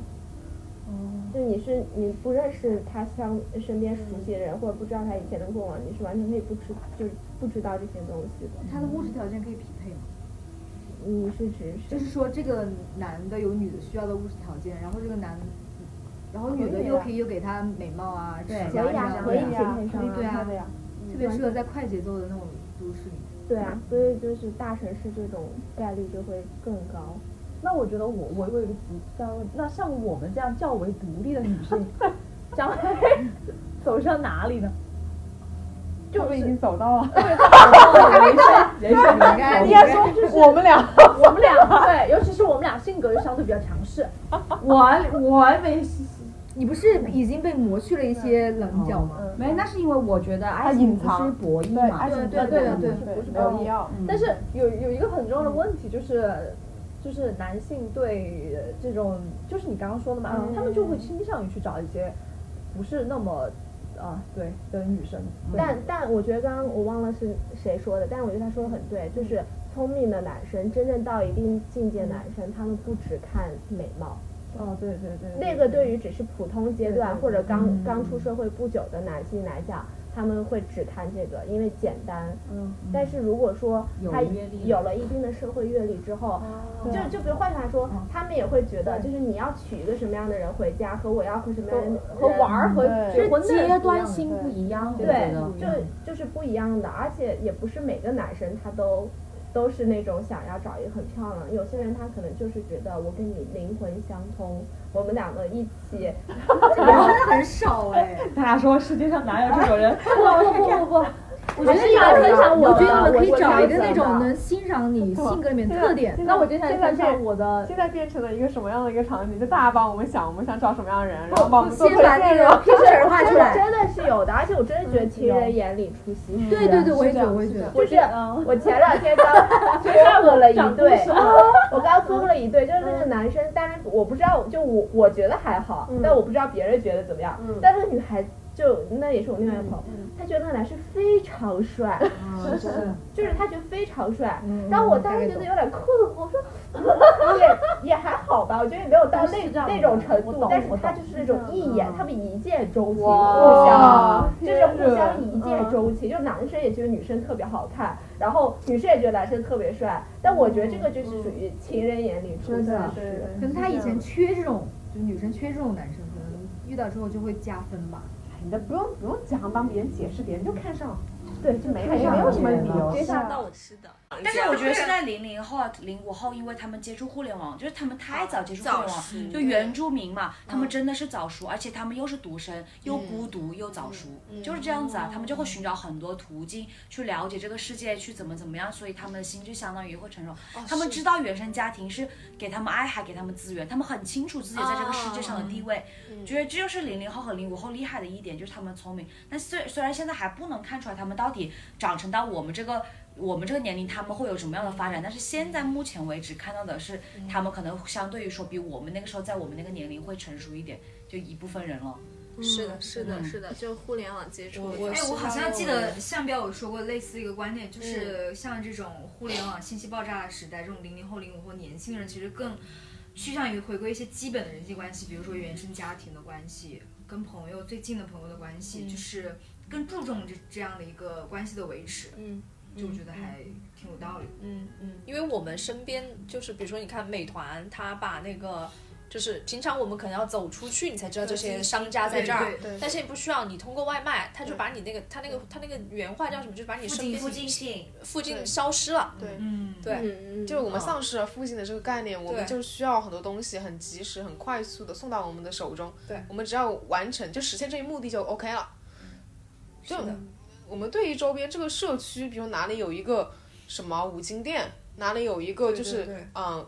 I: 就你是你不认识他相身边熟悉的人，或者不知道他以前的过往，你是完全可以不知就是不知道这些东西的。
D: 他的物质条件可以匹配吗？
I: 你是指
D: 就是是说这个男的有女的需要的物质条件，然后这个男，然后女
I: 可
D: 的
I: 以
D: 又
I: 啊
D: 可以又给他美貌啊、
O: 对
D: 身
I: 可
D: 材
I: 以
D: 啊
I: 啊，
D: 这
I: 可以
D: 样
I: 匹
D: 的
C: 对呀，可
D: 呀，
I: 配上
C: 以
I: 啊。
C: 他的呀。
D: 特别适合在快节奏的那种都市里。
I: 对啊，所以就是大城市这种概率就会更高。
E: 那我觉得我我有一个极端问，那像我们这样较为独立的女 性，将来 走向哪里呢？
C: 就我们已经走到了，
E: 人生应该
C: 应该说我们俩
E: 我们俩对，尤其是我们俩性格又相对比较强势，我还我还没
D: 你不是已经被磨去了一些棱角
B: 嗯
D: 吗？
O: 没，那是因为我觉得爱
C: 他
O: 情
C: 隐
O: 不
C: 藏
O: 是博弈
C: 对，
O: 嘛
C: 爱，情
E: 对
C: 对
E: 对
C: 的
E: 对
C: 对
E: 对
C: 不是
E: 对
C: 博弈哦。
E: 但是有有一个很重要的问题就是，就是男性对呃这种，就是你刚刚说的嘛，
D: 嗯
E: 他们就会倾向于去找一些不是那么啊对的女生。
D: 嗯
E: 对
I: 但但我觉得刚刚我忘了是谁说的，但我觉得他说的很对，就是聪明的男生，真正到一定境界的男生，他们不只看美貌，
E: 哦，对对对，
I: 那个对于只是普通阶段
E: 对
Q: 嗯
E: 对
I: 或者刚刚出社会不久的男性来讲，他们会只谈这个，因为简单。
Q: 嗯
I: 但是如果说
Q: 有
I: 他
Q: 阅历
I: 有了一定的社会阅历之后，
Q: 对啊
I: 就就比如换句话说，他们也会觉得，就是你要娶一个什么样的人回家，和我要和什么样的人
Q: 和和玩儿和
I: 结
Q: 结
I: 婚
Q: 婚
I: 的
Q: 的
I: 人
Q: 阶
I: 不一
Q: 段
I: 样
Q: 性
I: 对
Q: 不一样我
I: 对
Q: 觉得，
I: 就就是不一样的，而且也不是每个男生他都都是那种想要找一个很漂亮的，有些人他可能就是觉得我跟你灵魂相通，我们两个一起，然后
R: 很少哎。
S: 大家说世界上哪有这种人？
Q: 不不不不不。我觉得
I: 还是
Q: 你要
I: 有的
Q: 分享
I: 有
Q: 我
I: 的
Q: 觉得我可以
I: 我
Q: 找一个
I: 挑
Q: 那
I: 选的
Q: 种能欣赏你性格里面
T: 对啊
Q: 特点。
T: 现在
Q: 那我就想
T: 现在
Q: 分享
T: 变
Q: 我的
T: 现在变成了一个什么样的一个场景？就大家帮我们想，我们想找什么样的人，然后帮我们做
Q: 先
T: 推
Q: 把那
T: 荐，然
Q: 个
T: 后
Q: 评审人画
I: 真
Q: 出
I: 的
Q: 来。嗯
I: 真的是有的，而且我真的觉得情人眼里出西 施。
Q: 对对啊嗯对，我也觉得，我也觉得。
I: 就是我前两天刚 撮合了一对， 我刚撮合了一对，就是那
Q: 嗯
I: 个男生，当然我不知道，就我我觉得还好，但我不知道别人觉得怎么样。
Q: 嗯
I: 但那个女孩就那也是我另外一个朋友，她觉得那男生非常帅，就是她觉得非常帅。然后我当时觉得有点困惑，我说也也还好吧，我觉得也没有到那那种程
Q: 我
I: 度
Q: 懂，
I: 但是
Q: 我
I: 他
Q: 懂
I: 就是那种一眼，他们一见钟情，互相
T: 哇
I: 就是互相一
Q: 嗯
I: 见钟情，就男生也觉得女生特别好看，然后女生也觉得男生特别帅，但我觉得这
Q: 嗯
I: 个就是属于情人眼里出西施。
Q: 可能他以前缺这种，就女生缺这种男生，可能遇到之后就会加分吧。
T: 你都不用不用讲，帮别人解释，别人就看上了，
I: 对，就
T: 没
I: 没
T: 哎没
I: 没
T: 有
I: 有
T: 什么
I: 什么
T: 理
I: 理
T: 由
I: 由。。
E: 到我吃的。
B: 但是我觉得现在零零后啊、零五后，因为他们接触互联网，就是他们太早接触互
E: 早
B: 联网
E: 熟，
B: 就原住民嘛，他们真的是早熟，而且他们又是独生，又孤独又早熟，就是这样子啊，他们就会寻找很多途径去了解这个世界，去怎么怎么样，所以他们的心就相当于会成熟。他们知道原生家庭是给他们爱，还给他们资源，他们很清楚自己在这个世界上的地位。觉得这就是零零后和零五后厉害的一点，就是他们聪明。但虽虽然现在还不能看出来他们到底长成到我们这个我们这个年龄他们会有什么样的发展，但是现在目前为止看到的是，他们可能相对于说比我们那个时候在我们那个年龄会成熟一点，就一部分人了。
A: 是的，是的，
B: 嗯
A: 是的，就互联网接触。
E: 我
A: 哎
D: 哎，
E: 是
D: 我好
E: 他
D: 像
E: 认
D: 记
E: 为
D: 得向彪有说过类似一个观点，就是像这种互联网信息爆炸的时代，这种零零后、零五后年轻人其实更趋向于回归一些基本的人际关系，比如说原生家庭的关系、跟朋友最近的朋友的关系，就是更注重这这样的一个关系的维持。
E: 嗯，
D: 就我觉得还挺有道理的。
E: 嗯嗯，因为我们身边就是，比如说你看美团，它把那个。就是平常我们可能要走出去，你才知道这些商家在这儿
D: 对对对，
E: 但是你不需要，你通过外卖，他就把你那个他那个他那个原话叫什么，就是把你
B: 附
E: 身
B: 近
E: 边
B: 附近性，
E: 附近
A: 对
E: 消失了。
A: 对
D: 嗯，
E: 对
A: 嗯，就是我们
E: 嗯
A: 丧失了父亲的这个概念，我们
E: 对
A: 就需要很多东西很及时、很快速的送到我们的手中。
E: 对，
A: 我们只要完成，就实现这一目的就 OK 了。就是
E: 的
A: 我们对于周边这个社区，比如哪里有一个什么五金店，哪里有一个
E: 对
A: 就
E: 对
A: 是
E: 对
A: 嗯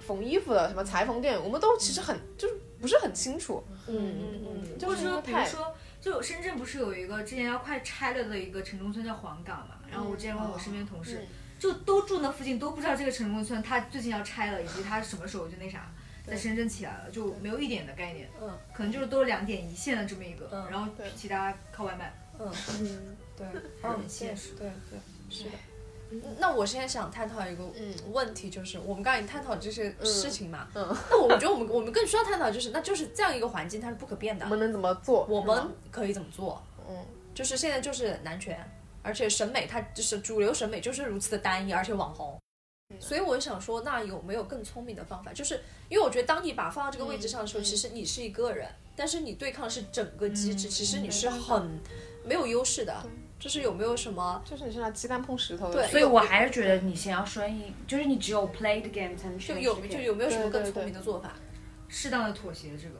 A: 缝衣服的什么裁缝店，我们都其实很就是不是很清楚。
I: 嗯
A: 嗯嗯，就
D: 或
A: 是
D: 者说，比如
A: 太
D: 说，就深圳不是有一个之前要快拆了的一个城中村叫黄岗嘛？然后我之前问我身边同事，就都住那附近，都不知道这个城中村它最近要拆了，以及它什么时候就那啥，在深圳起来了，就没有一点的概念。
E: 嗯，
D: 可能就是都是两点一线的这么一个，
E: 嗯
D: 然后
A: 对
D: 其他靠外卖。嗯
E: 对，
D: 很现实。
E: 对对，是的。那我现在想探讨一个问题，就是、我们刚才已经探讨这些事情嘛，
A: 嗯
E: 那我觉得我们我们更需要探讨就是，那就是这样一个环境它是不可变的
A: 我，们能怎么做？
E: 我们可以怎么做？
A: 嗯，
E: 就是现在就是男权，而且审美它就是主流审美就是如此的单一，而且网红。所以我想说，那有没有更聪明的方法？就是因为我觉得，当你把放到这个位置上的时候，其实你是一个人，但是你对抗是整个机制，其实你是很没有优势的。就是有没有什么
A: 就是你是拿鸡蛋碰石头的。
E: 对
B: 所以我还是觉得你先要顺应，就是你只有 play the game 才能
E: 就
B: 学
E: 有
B: the
E: 就
B: game
E: 有没有什么
A: 对对
E: 更聪
A: 对
E: 明的做法？
D: 适当的妥协，这个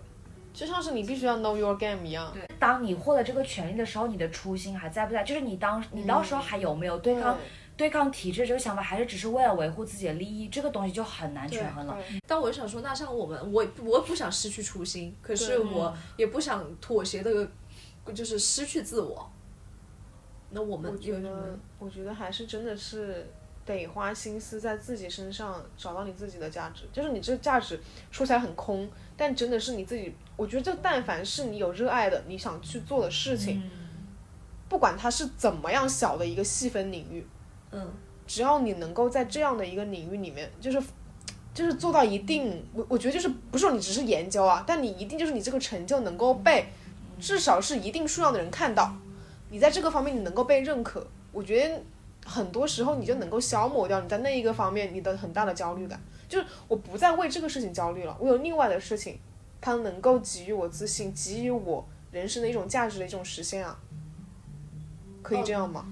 A: 就像是你必须要 know your game 一样。
B: 当你获得这个权利的时候，你的初心还在不在？就是你当你到时候还有没有对抗、对抗体制这个想法，还是只是为了维护自己的利益？这个东西就很难权衡了。
E: 但我想说，那像我们，我我不想失去初心，可是我也不想妥协的，就是失去自我。那我们
A: 我
E: 有
A: 觉
E: 什么
A: 得？，我觉得还是真的是得花心思在自己身上找到你自己的价值。就是你这个价值说起来很空，但真的是你自己。我觉得这但凡是你有热爱的，你想去做的事情，
E: 嗯
A: 不管它是怎么样小的一个细分领域，
E: 嗯，
A: 只要你能够在这样的一个领域里面，就是。就是做到一定，我我觉得就是不是说你只是研究啊，但你一定就是你这个成就能够被至少是一定数量的人看到，你在这个方面你能够被认可，我觉得很多时候你就能够消磨掉你在那一个方面你的很大的焦虑感，就是我不再为这个事情焦虑了，我有另外的事情，它能够给予我自信，给予我人生的一种价值的一种实现啊，可以这样吗？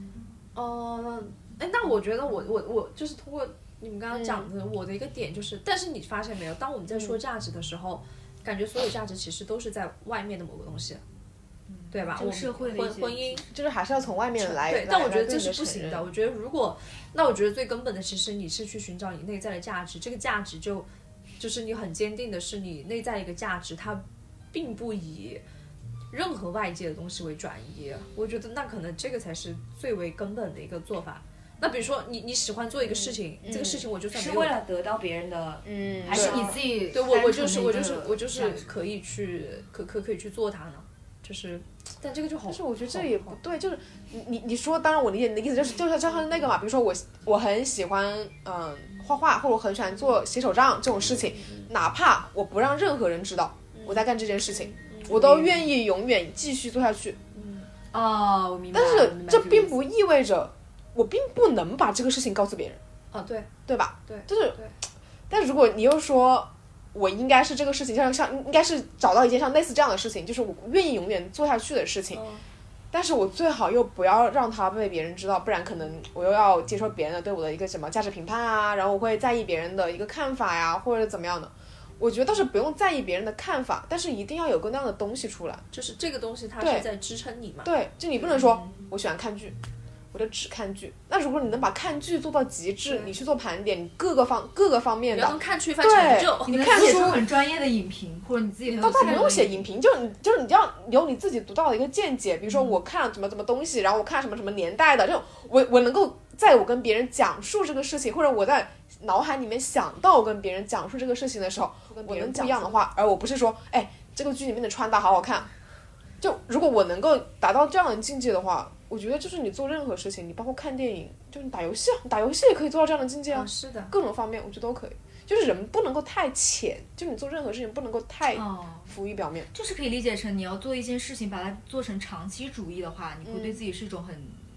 E: 哦，哎，那我觉得我我我就是通过你们刚刚讲的，我的一个点就是，但是你发现没有，当我们在说价值的时候，感觉所有价值其实都是在外面的某个东西，对吧？
U: 这个
E: 我们
U: 社会的一
E: 嗯婚
U: 些
E: 婚姻
A: 就是还是要从外面来，
E: 对
A: 来，
E: 但我觉
A: 来
E: 得这
A: 对你
E: 是不
A: 承
E: 行
A: 认
E: 的。我觉得如果，那我觉得最根本的，其实你是去寻找你内在的价值，这个价值就就是你很坚定的是你内在一个价值，它并不以任何外界的东西为转移。我觉得那可能这个才是最为根本的一个做法。那比如说你你喜欢做一个事情，这个事情我就算没
B: 是
E: 有
B: 为了得到别人的，
A: 嗯
B: 还是你自己
E: 对我，我就是
B: 单纯的
E: 我
B: 一
E: 就是
B: 个
E: 我就
B: 价
E: 是
B: 值
E: 可以去可可可以去做它呢，就是，但这个就好。
A: 但是我觉得这也不对，就是你你你说，当然我理解你的意思，就是就是就是那个嘛，比如说我我很喜欢嗯画画，或者我很喜欢做写手账这种事情，哪怕我不让任何人知道我在干这件事情，我都
E: 嗯
A: 愿意永远继续做下去。
V: 哦，我明白。
A: 但
D: 啊
V: 我
A: 是
V: 明白
A: 这
V: 个意
A: 并
V: 思
A: 不意味着我并不能把这个事情告诉别人，
E: 哦，对，
A: 对吧？
E: 对
A: 就是
E: 对，
A: 但如果你又说。我应该是这个事情像像应该是找到一件像类似这样的事情，就是我愿意永远做下去的事情，
E: 嗯
A: 但是我最好又不要让它被别人知道，不然可能我又要接受别人的对我的一个什么价值评判啊，然后我会在意别人的一个看法呀、或者怎么样的。我觉得倒是不用在意别人的看法，但是一定要有个那样的东西出来。
E: 就是这个东西它
A: 对
E: 是在支撑你嘛。
A: 对，就你不能说我喜欢看剧，我就只看剧。那如果你能把看剧做到极致，你去做盘点，你各个方各个方面
E: 你
A: 的，
E: 要从看去翻成就，
A: 对，你看
D: 写出
A: 书
D: 很专业的影评，或者你自己很有
A: 倒倒
D: 自
A: 不
D: 己
A: 用
D: 的
A: 写影评，就是你就是你要有你自己独到的一个见解，比如
D: 嗯
A: 说我看了什么什么东西，然后我看什么什么年代的这种，我我能够在我跟别人讲述这个事情，或者我在脑海里面想到我跟别人讲述这个事情的时候，我能不一样的话，而我不是说，哎，这个剧里面的穿搭好好看，就如果我能够达到这样的境界的话，我觉得就是你做任何事情，你包括看电影，就是你打游戏啊，你打游戏也可以做到这样的境界啊，
E: 嗯是的，
A: 各种方面我觉得都可以。就是人不能够太浅，就你做任何事情不能够太
D: 哦，
A: 浮于表面。
D: 就是可以理解成你要做一件事情，把它做成长期主义的话，你会
E: 嗯
D: 对自己是一种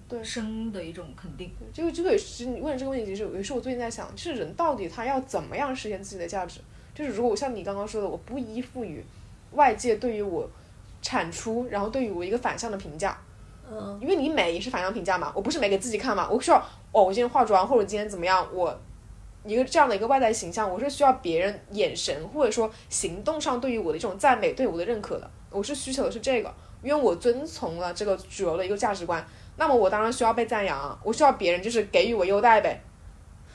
A: 对
D: 很深的一种肯定。
A: 这个这个也是你问这个问题，也是也是我最近在想，就是人到底他要怎么样实现自己的价值？就是如果我像你刚刚说的，我不依附于外界对于我产出，然后对于我一个反向的评价，
E: 嗯，
A: 因为你美也是反向评价嘛，我不是美给自己看嘛，我需要哦，我今天化妆或者我今天怎么样，我一个这样的一个外在形象，我是需要别人眼神或者说行动上对于我的一种赞美，对我的认可的，我是需求的是这个，因为我遵从了这个主流的一个价值观，那么我当然需要被赞扬啊，我需要别人就是给予我优待呗。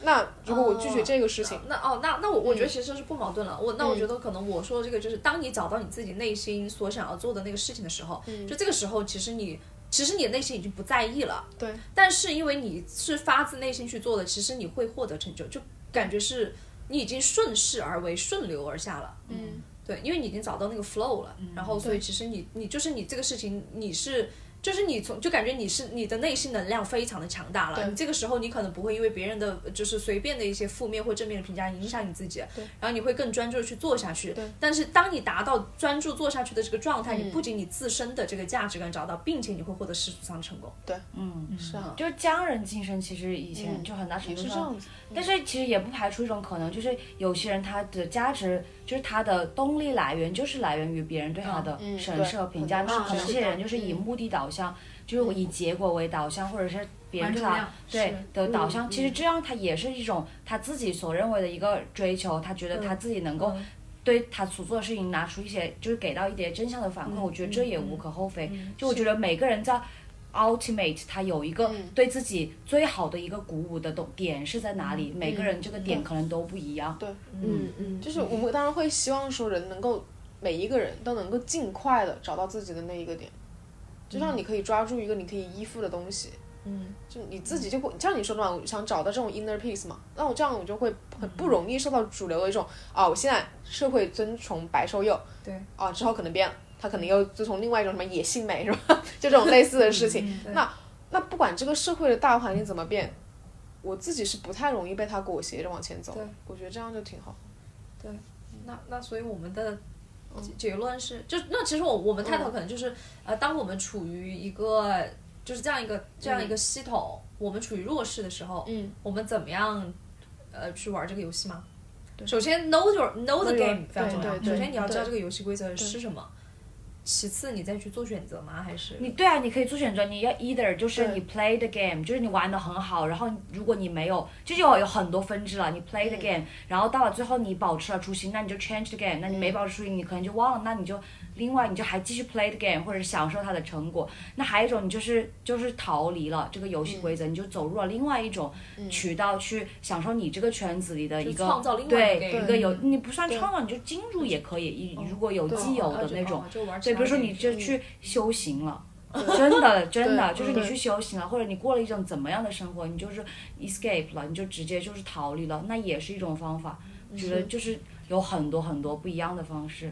A: 那如果我拒绝这个事情，
E: 那哦，那那我我觉得
A: 嗯
E: 其实是不矛盾了。我那我
A: 嗯
E: 觉得可能我说的这个就是，当你找到你自己内心所想要做的那个事情的时候，
A: 嗯
E: 就这个时候其实你。其实你的内心已经不在意了，
A: 对。
E: 但是因为你是发自内心去做的，其实你会获得成就，就感觉是你已经顺势而为，顺流而下了。
A: 嗯，
E: 对，因为你已经找到那个 flow 了，然后所以其实你你就是你这个事情你是。就是你从就感觉你是你的内心能量非常的强大了，
A: 对
E: 你这个时候你可能不会因为别人的就是随便的一些负面或正面的评价影响你自己，然后你会更专注的去做下去
A: 对。
E: 但是当你达到专注做下去的这个状态，
A: 嗯
E: 你不仅你自身的这个价值感找到，并且你会获得世俗上的成功。
B: 嗯，
A: 是啊，
B: 就是家人晋升，其实以前
A: 嗯
B: 就很大程
A: 也
B: 度
A: 是这
B: 上
A: 样子。
B: 但是其实也不排除一种可能，就是有些人他的价值，就是他的动力来源，就是来源于别人对他的
A: 嗯
B: 审
A: 对
B: 视和评价。
A: 很
B: 就是
A: 多
B: 可能
A: 是
B: 这些
A: 的
B: 人就是以
A: 嗯
B: 目的导向，就是以结果为导向，或者是别人
D: 完成
B: 对他
D: 量
B: 对的导向。
A: 嗯
B: 其实这样他也是一种他自己所认为的一个追求，他觉得
A: 嗯
B: 他自己能够对他所做的事情拿出一些，就是给到一点正向的反馈，我觉得这也无可厚非。就我觉得每个人在 ultimate，他有一个对自己最好的一个鼓舞的懂点是在哪里，每个人这个点可能都不一样。
A: 对，
B: 嗯
A: 嗯，就是我们当然会希望说人能够每一个人都能够尽快的找到自己的那一个点，就像你可以抓住一个你可以依附的东西，
E: 嗯，
A: 就你自己就会像你说的嘛，我想找到这种 inner peace 嘛，那我这样我就会很不容易受到主流的一种啊，我现在社会尊崇白瘦幼，
E: 对，
A: 啊之后可能变了，他可能又遵从另外一种什么野性美是吧？ 就这种类似的事情，
E: 嗯对
A: 那那不管这个社会的大环境怎么变。我自己是不太容易被他裹挟着往前走
E: 对，
A: 我觉得这样就挺好。
E: 那那所以我们的
B: 嗯
E: 结结论是，就那其实我我们探讨可能就是、呃，当我们处于一个就是这样一个这
B: 嗯
E: 样一个系统，我们处于弱势的时候，
A: 嗯，
E: 我们怎么样呃去玩这个游戏吗？首先 know your know the
A: Know your-
E: game 非常重
A: 对
E: 要。
A: 对对
E: 首先你要知道
A: 对
E: 这个游戏规则是什么，其次你再去做选择吗？还是
B: 你对啊，你可以做选择，你要 either 就是
E: 对
B: 你 play the game，就是你玩的很好，然后如果你没有，就是有有很多分支了，你 play the
E: 嗯
B: game，、然后到了最后你保持了初心，那你就 change the game，那
E: 嗯
B: 你没保持初心，你可能就忘了，那你就另外你就还继续 play the game 或者是享受它的成果。那还有一种你就是就是逃离了这个游戏规
E: 嗯
B: 则，你就走入了另外一种渠道去享受你这个圈子里的
E: 就
B: 一个
E: 创造另外一
B: 对
E: 个 game
B: 一个有你不算创造，你就进入也可以，如果有
E: 对
B: 既有
E: 哦
B: 的那种
E: 哦就玩，其
B: 对，
E: 他
B: 比如说你
E: game
B: 就去修 行了。真的，真的，
E: 对
B: 就是你
E: 对
B: 去修行了，或者你过了一种怎么样的生活，你就是 escape 了，你就直接就是逃离了，那也是一种方法。我觉得
E: 嗯
B: 就是有很多很多不一样的方式。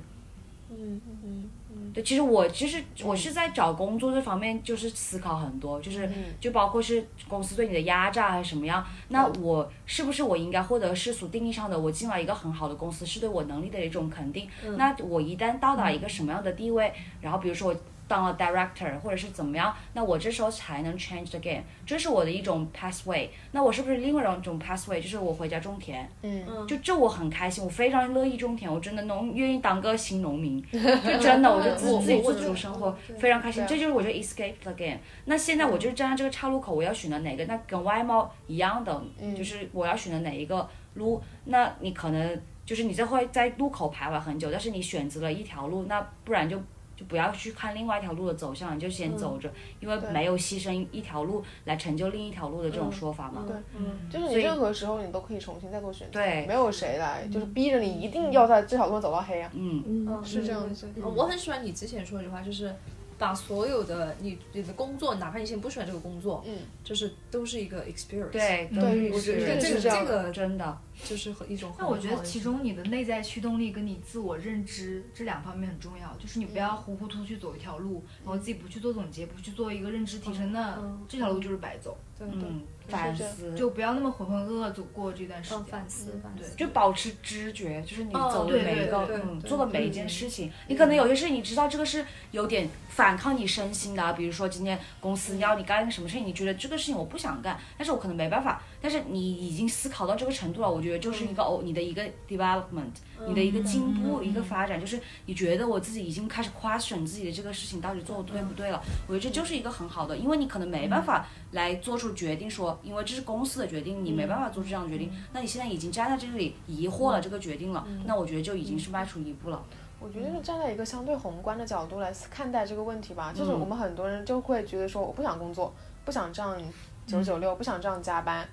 E: 嗯嗯嗯，
B: 对，其实我其实我是在找工作这方面就是思考很多，就是、就包括是公司对你的压榨还是什么样，那我是不是我应该获得世俗定义上的我进了一个很好的公司是对我能力的一种肯定？
E: 嗯
B: 那我一旦到达一个什么样的地位，然后比如说我。当了 director 或者是怎么样，那我这时候才能 change the game，这是我的一种 pathway。那我是不是另外一种 pathway，就是我回家种田？
A: 嗯
B: 就这我很开心，我非常乐意种田，我真的农愿意当个新农民，就真的我就自
A: 我
B: 自己
A: 我
B: 做这种生活，非常开心。这就是我觉得 escape the game。那现在我就是站在这个岔路口，我要选择哪个？那跟外貌一样的，
A: 嗯
B: 就是我要选择哪一个路？那你可能就是你这会在路口徘徊很久，但是你选择了一条路，那不然就。就不要去看另外一条路的走向，你就先
A: 嗯
B: 走着，因为
A: 对
B: 没有牺牲一条路来成就另一条路的这种说法嘛。
A: 对，
B: 嗯
A: 就是你
B: 所以
A: 任何时候你都可以重新再做选择，
B: 对
A: 没有谁来就是逼着你一定要在这条路上走到黑啊，
B: 嗯
A: 是这样
E: 嗯
A: 子
E: 嗯，我很喜欢你之前说的一句话，就是把所有的你你的工作，哪怕你现在不喜欢这个工作，
A: 嗯，
E: 就是都是一个 experience。
B: 对
E: 嗯
B: 对
E: 我觉得
B: 是
E: 这个
B: 是这样
E: 这个
B: 真的
E: 就是一种很
D: 那
E: 好
D: 我
E: 的。
D: 觉得其中你的内在驱动力跟你自我认知这两方面很重要，就是你
E: 嗯
D: 不要糊糊涂涂去走一条路，然后自己不去做总结，不去做一个认知提
E: 嗯
D: 升，那这条路就是白走。
E: 对
B: 嗯反思，
D: 就不要那么浑浑噩噩走过这段时间。
E: 哦反思反思。
B: 就保持知觉，就是你
E: 哦
B: 走的
E: 对
B: 每
E: 对
B: 一个，
E: 嗯对
B: 嗯，
E: 对
B: 做的
E: 对
B: 每一件事情，你可能有些事情你知道这个是有点反抗你身心的啊，比如说今天公司要你干一个什么事情，你觉得这个事情我不想干，但是我可能没办法，但是你已经思考到这个程度了，我觉得就是一个哦，你的一个 development，你的一个进步，一个发展，就是你觉得我自己已经开始 question 自己的这个事情到底做的对不对了，我觉得这就是一个很好的，因为你可能没办法来做出决定说，因为这是公司的决定，你没办法做出这样的决定，那你现在已经站在这里疑惑了这个决定了，那我觉得就已经是迈出一步了。
A: 我觉得是站在一个相对宏观的角度来看待这个问题吧，就是我们很多人就会觉得说，我不想工作，不想这样九九六，不想这样加班。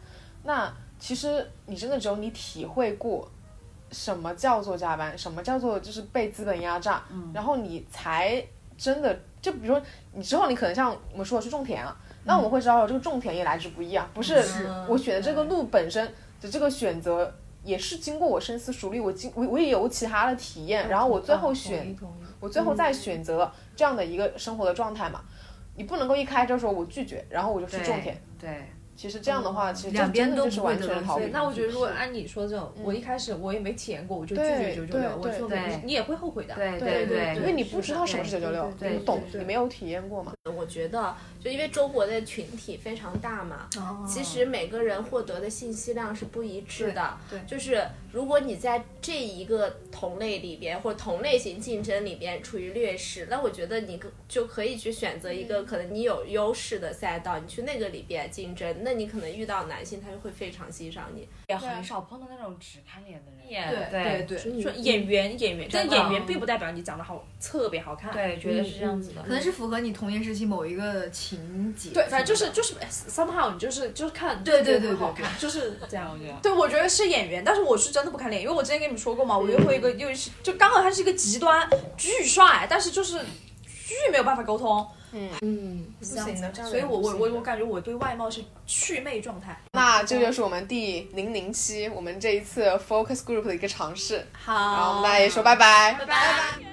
A: 那其实你真的只有你体会过什么叫做加班，什么叫做就是被资本压榨，然后你才真的就比如说你之后你可能像我们说的去种田了，那我们会知道这个种田也来之不易啊，不是
E: 是
A: 我选的这个路本身的这个选择。也是经过我深思熟虑，我经我我也有其他的体
E: 嗯
A: 验，然后我最后选我最后再选择这样的一个生活的状态嘛。你不能够一开就说我拒绝，然后我就去种田。
B: 对，
A: 其实这样的话，其实这
D: 两边
A: 真的
D: 都
A: 就是
D: 不会
A: 完全
D: 得
A: 的
D: 到
A: 逃
D: 自
A: 避
D: 由。
E: 那我觉得，如果哎按你说这种，我一开始我也没体验过，我就拒
A: 对
E: 绝九九六，
A: 对
E: 我说
A: 对
E: 我你也会后悔的。
B: 对
A: 对
B: 对，
A: 因为你不知道什么是九九六，
B: 对
A: 你不懂，
I: 对
A: 你没有体验过嘛。
I: 我觉得，就因为中国的群体非常大嘛，
D: 嗯
E: 哦
I: 其实每个人获得的信息量是不一致的。
E: 对对
I: 就是如果你在这一个同类里边或者同类型竞争里边处于劣势，那我觉得你可就可以去选择一个
E: 嗯
I: 可能你有优势的赛道，你去那个里边竞争，那你可能遇到男性他就会非常欣赏你。
B: 也很少碰到那种只看脸的人。
E: 对
B: 对
E: 对，说演员演员，但
B: 的
E: 演员并不代表你长得好特别好看。
B: 对，觉得是这样子的。
D: 可能是符合你童年时期某一个情节。
E: 嗯对，反正就是就是哎 somehow 你就是就是看
D: 对
E: 就
D: 对
E: 觉得
D: 对对
E: 好
D: 对
E: 看，就是这样。
B: 我觉得
E: 对，我觉得是演员，但是我是真的不看脸，因为我之前跟你们说过嘛，我约会一个又是就刚好他是一个极端，巨帅，但是就是巨没有办法沟通，
I: 嗯，
E: 不
A: 行的
E: 行
A: 这样
E: 所以
A: 人
E: 我
A: 不
E: 我
A: 行
E: 我
A: 的
E: 我感觉我对外貌是祛魅状态。
A: 那这就是我们第零零期，我们这一次 focus group 的一个尝试。
E: 好，
A: 然后我们大家也说拜拜。
E: 拜拜。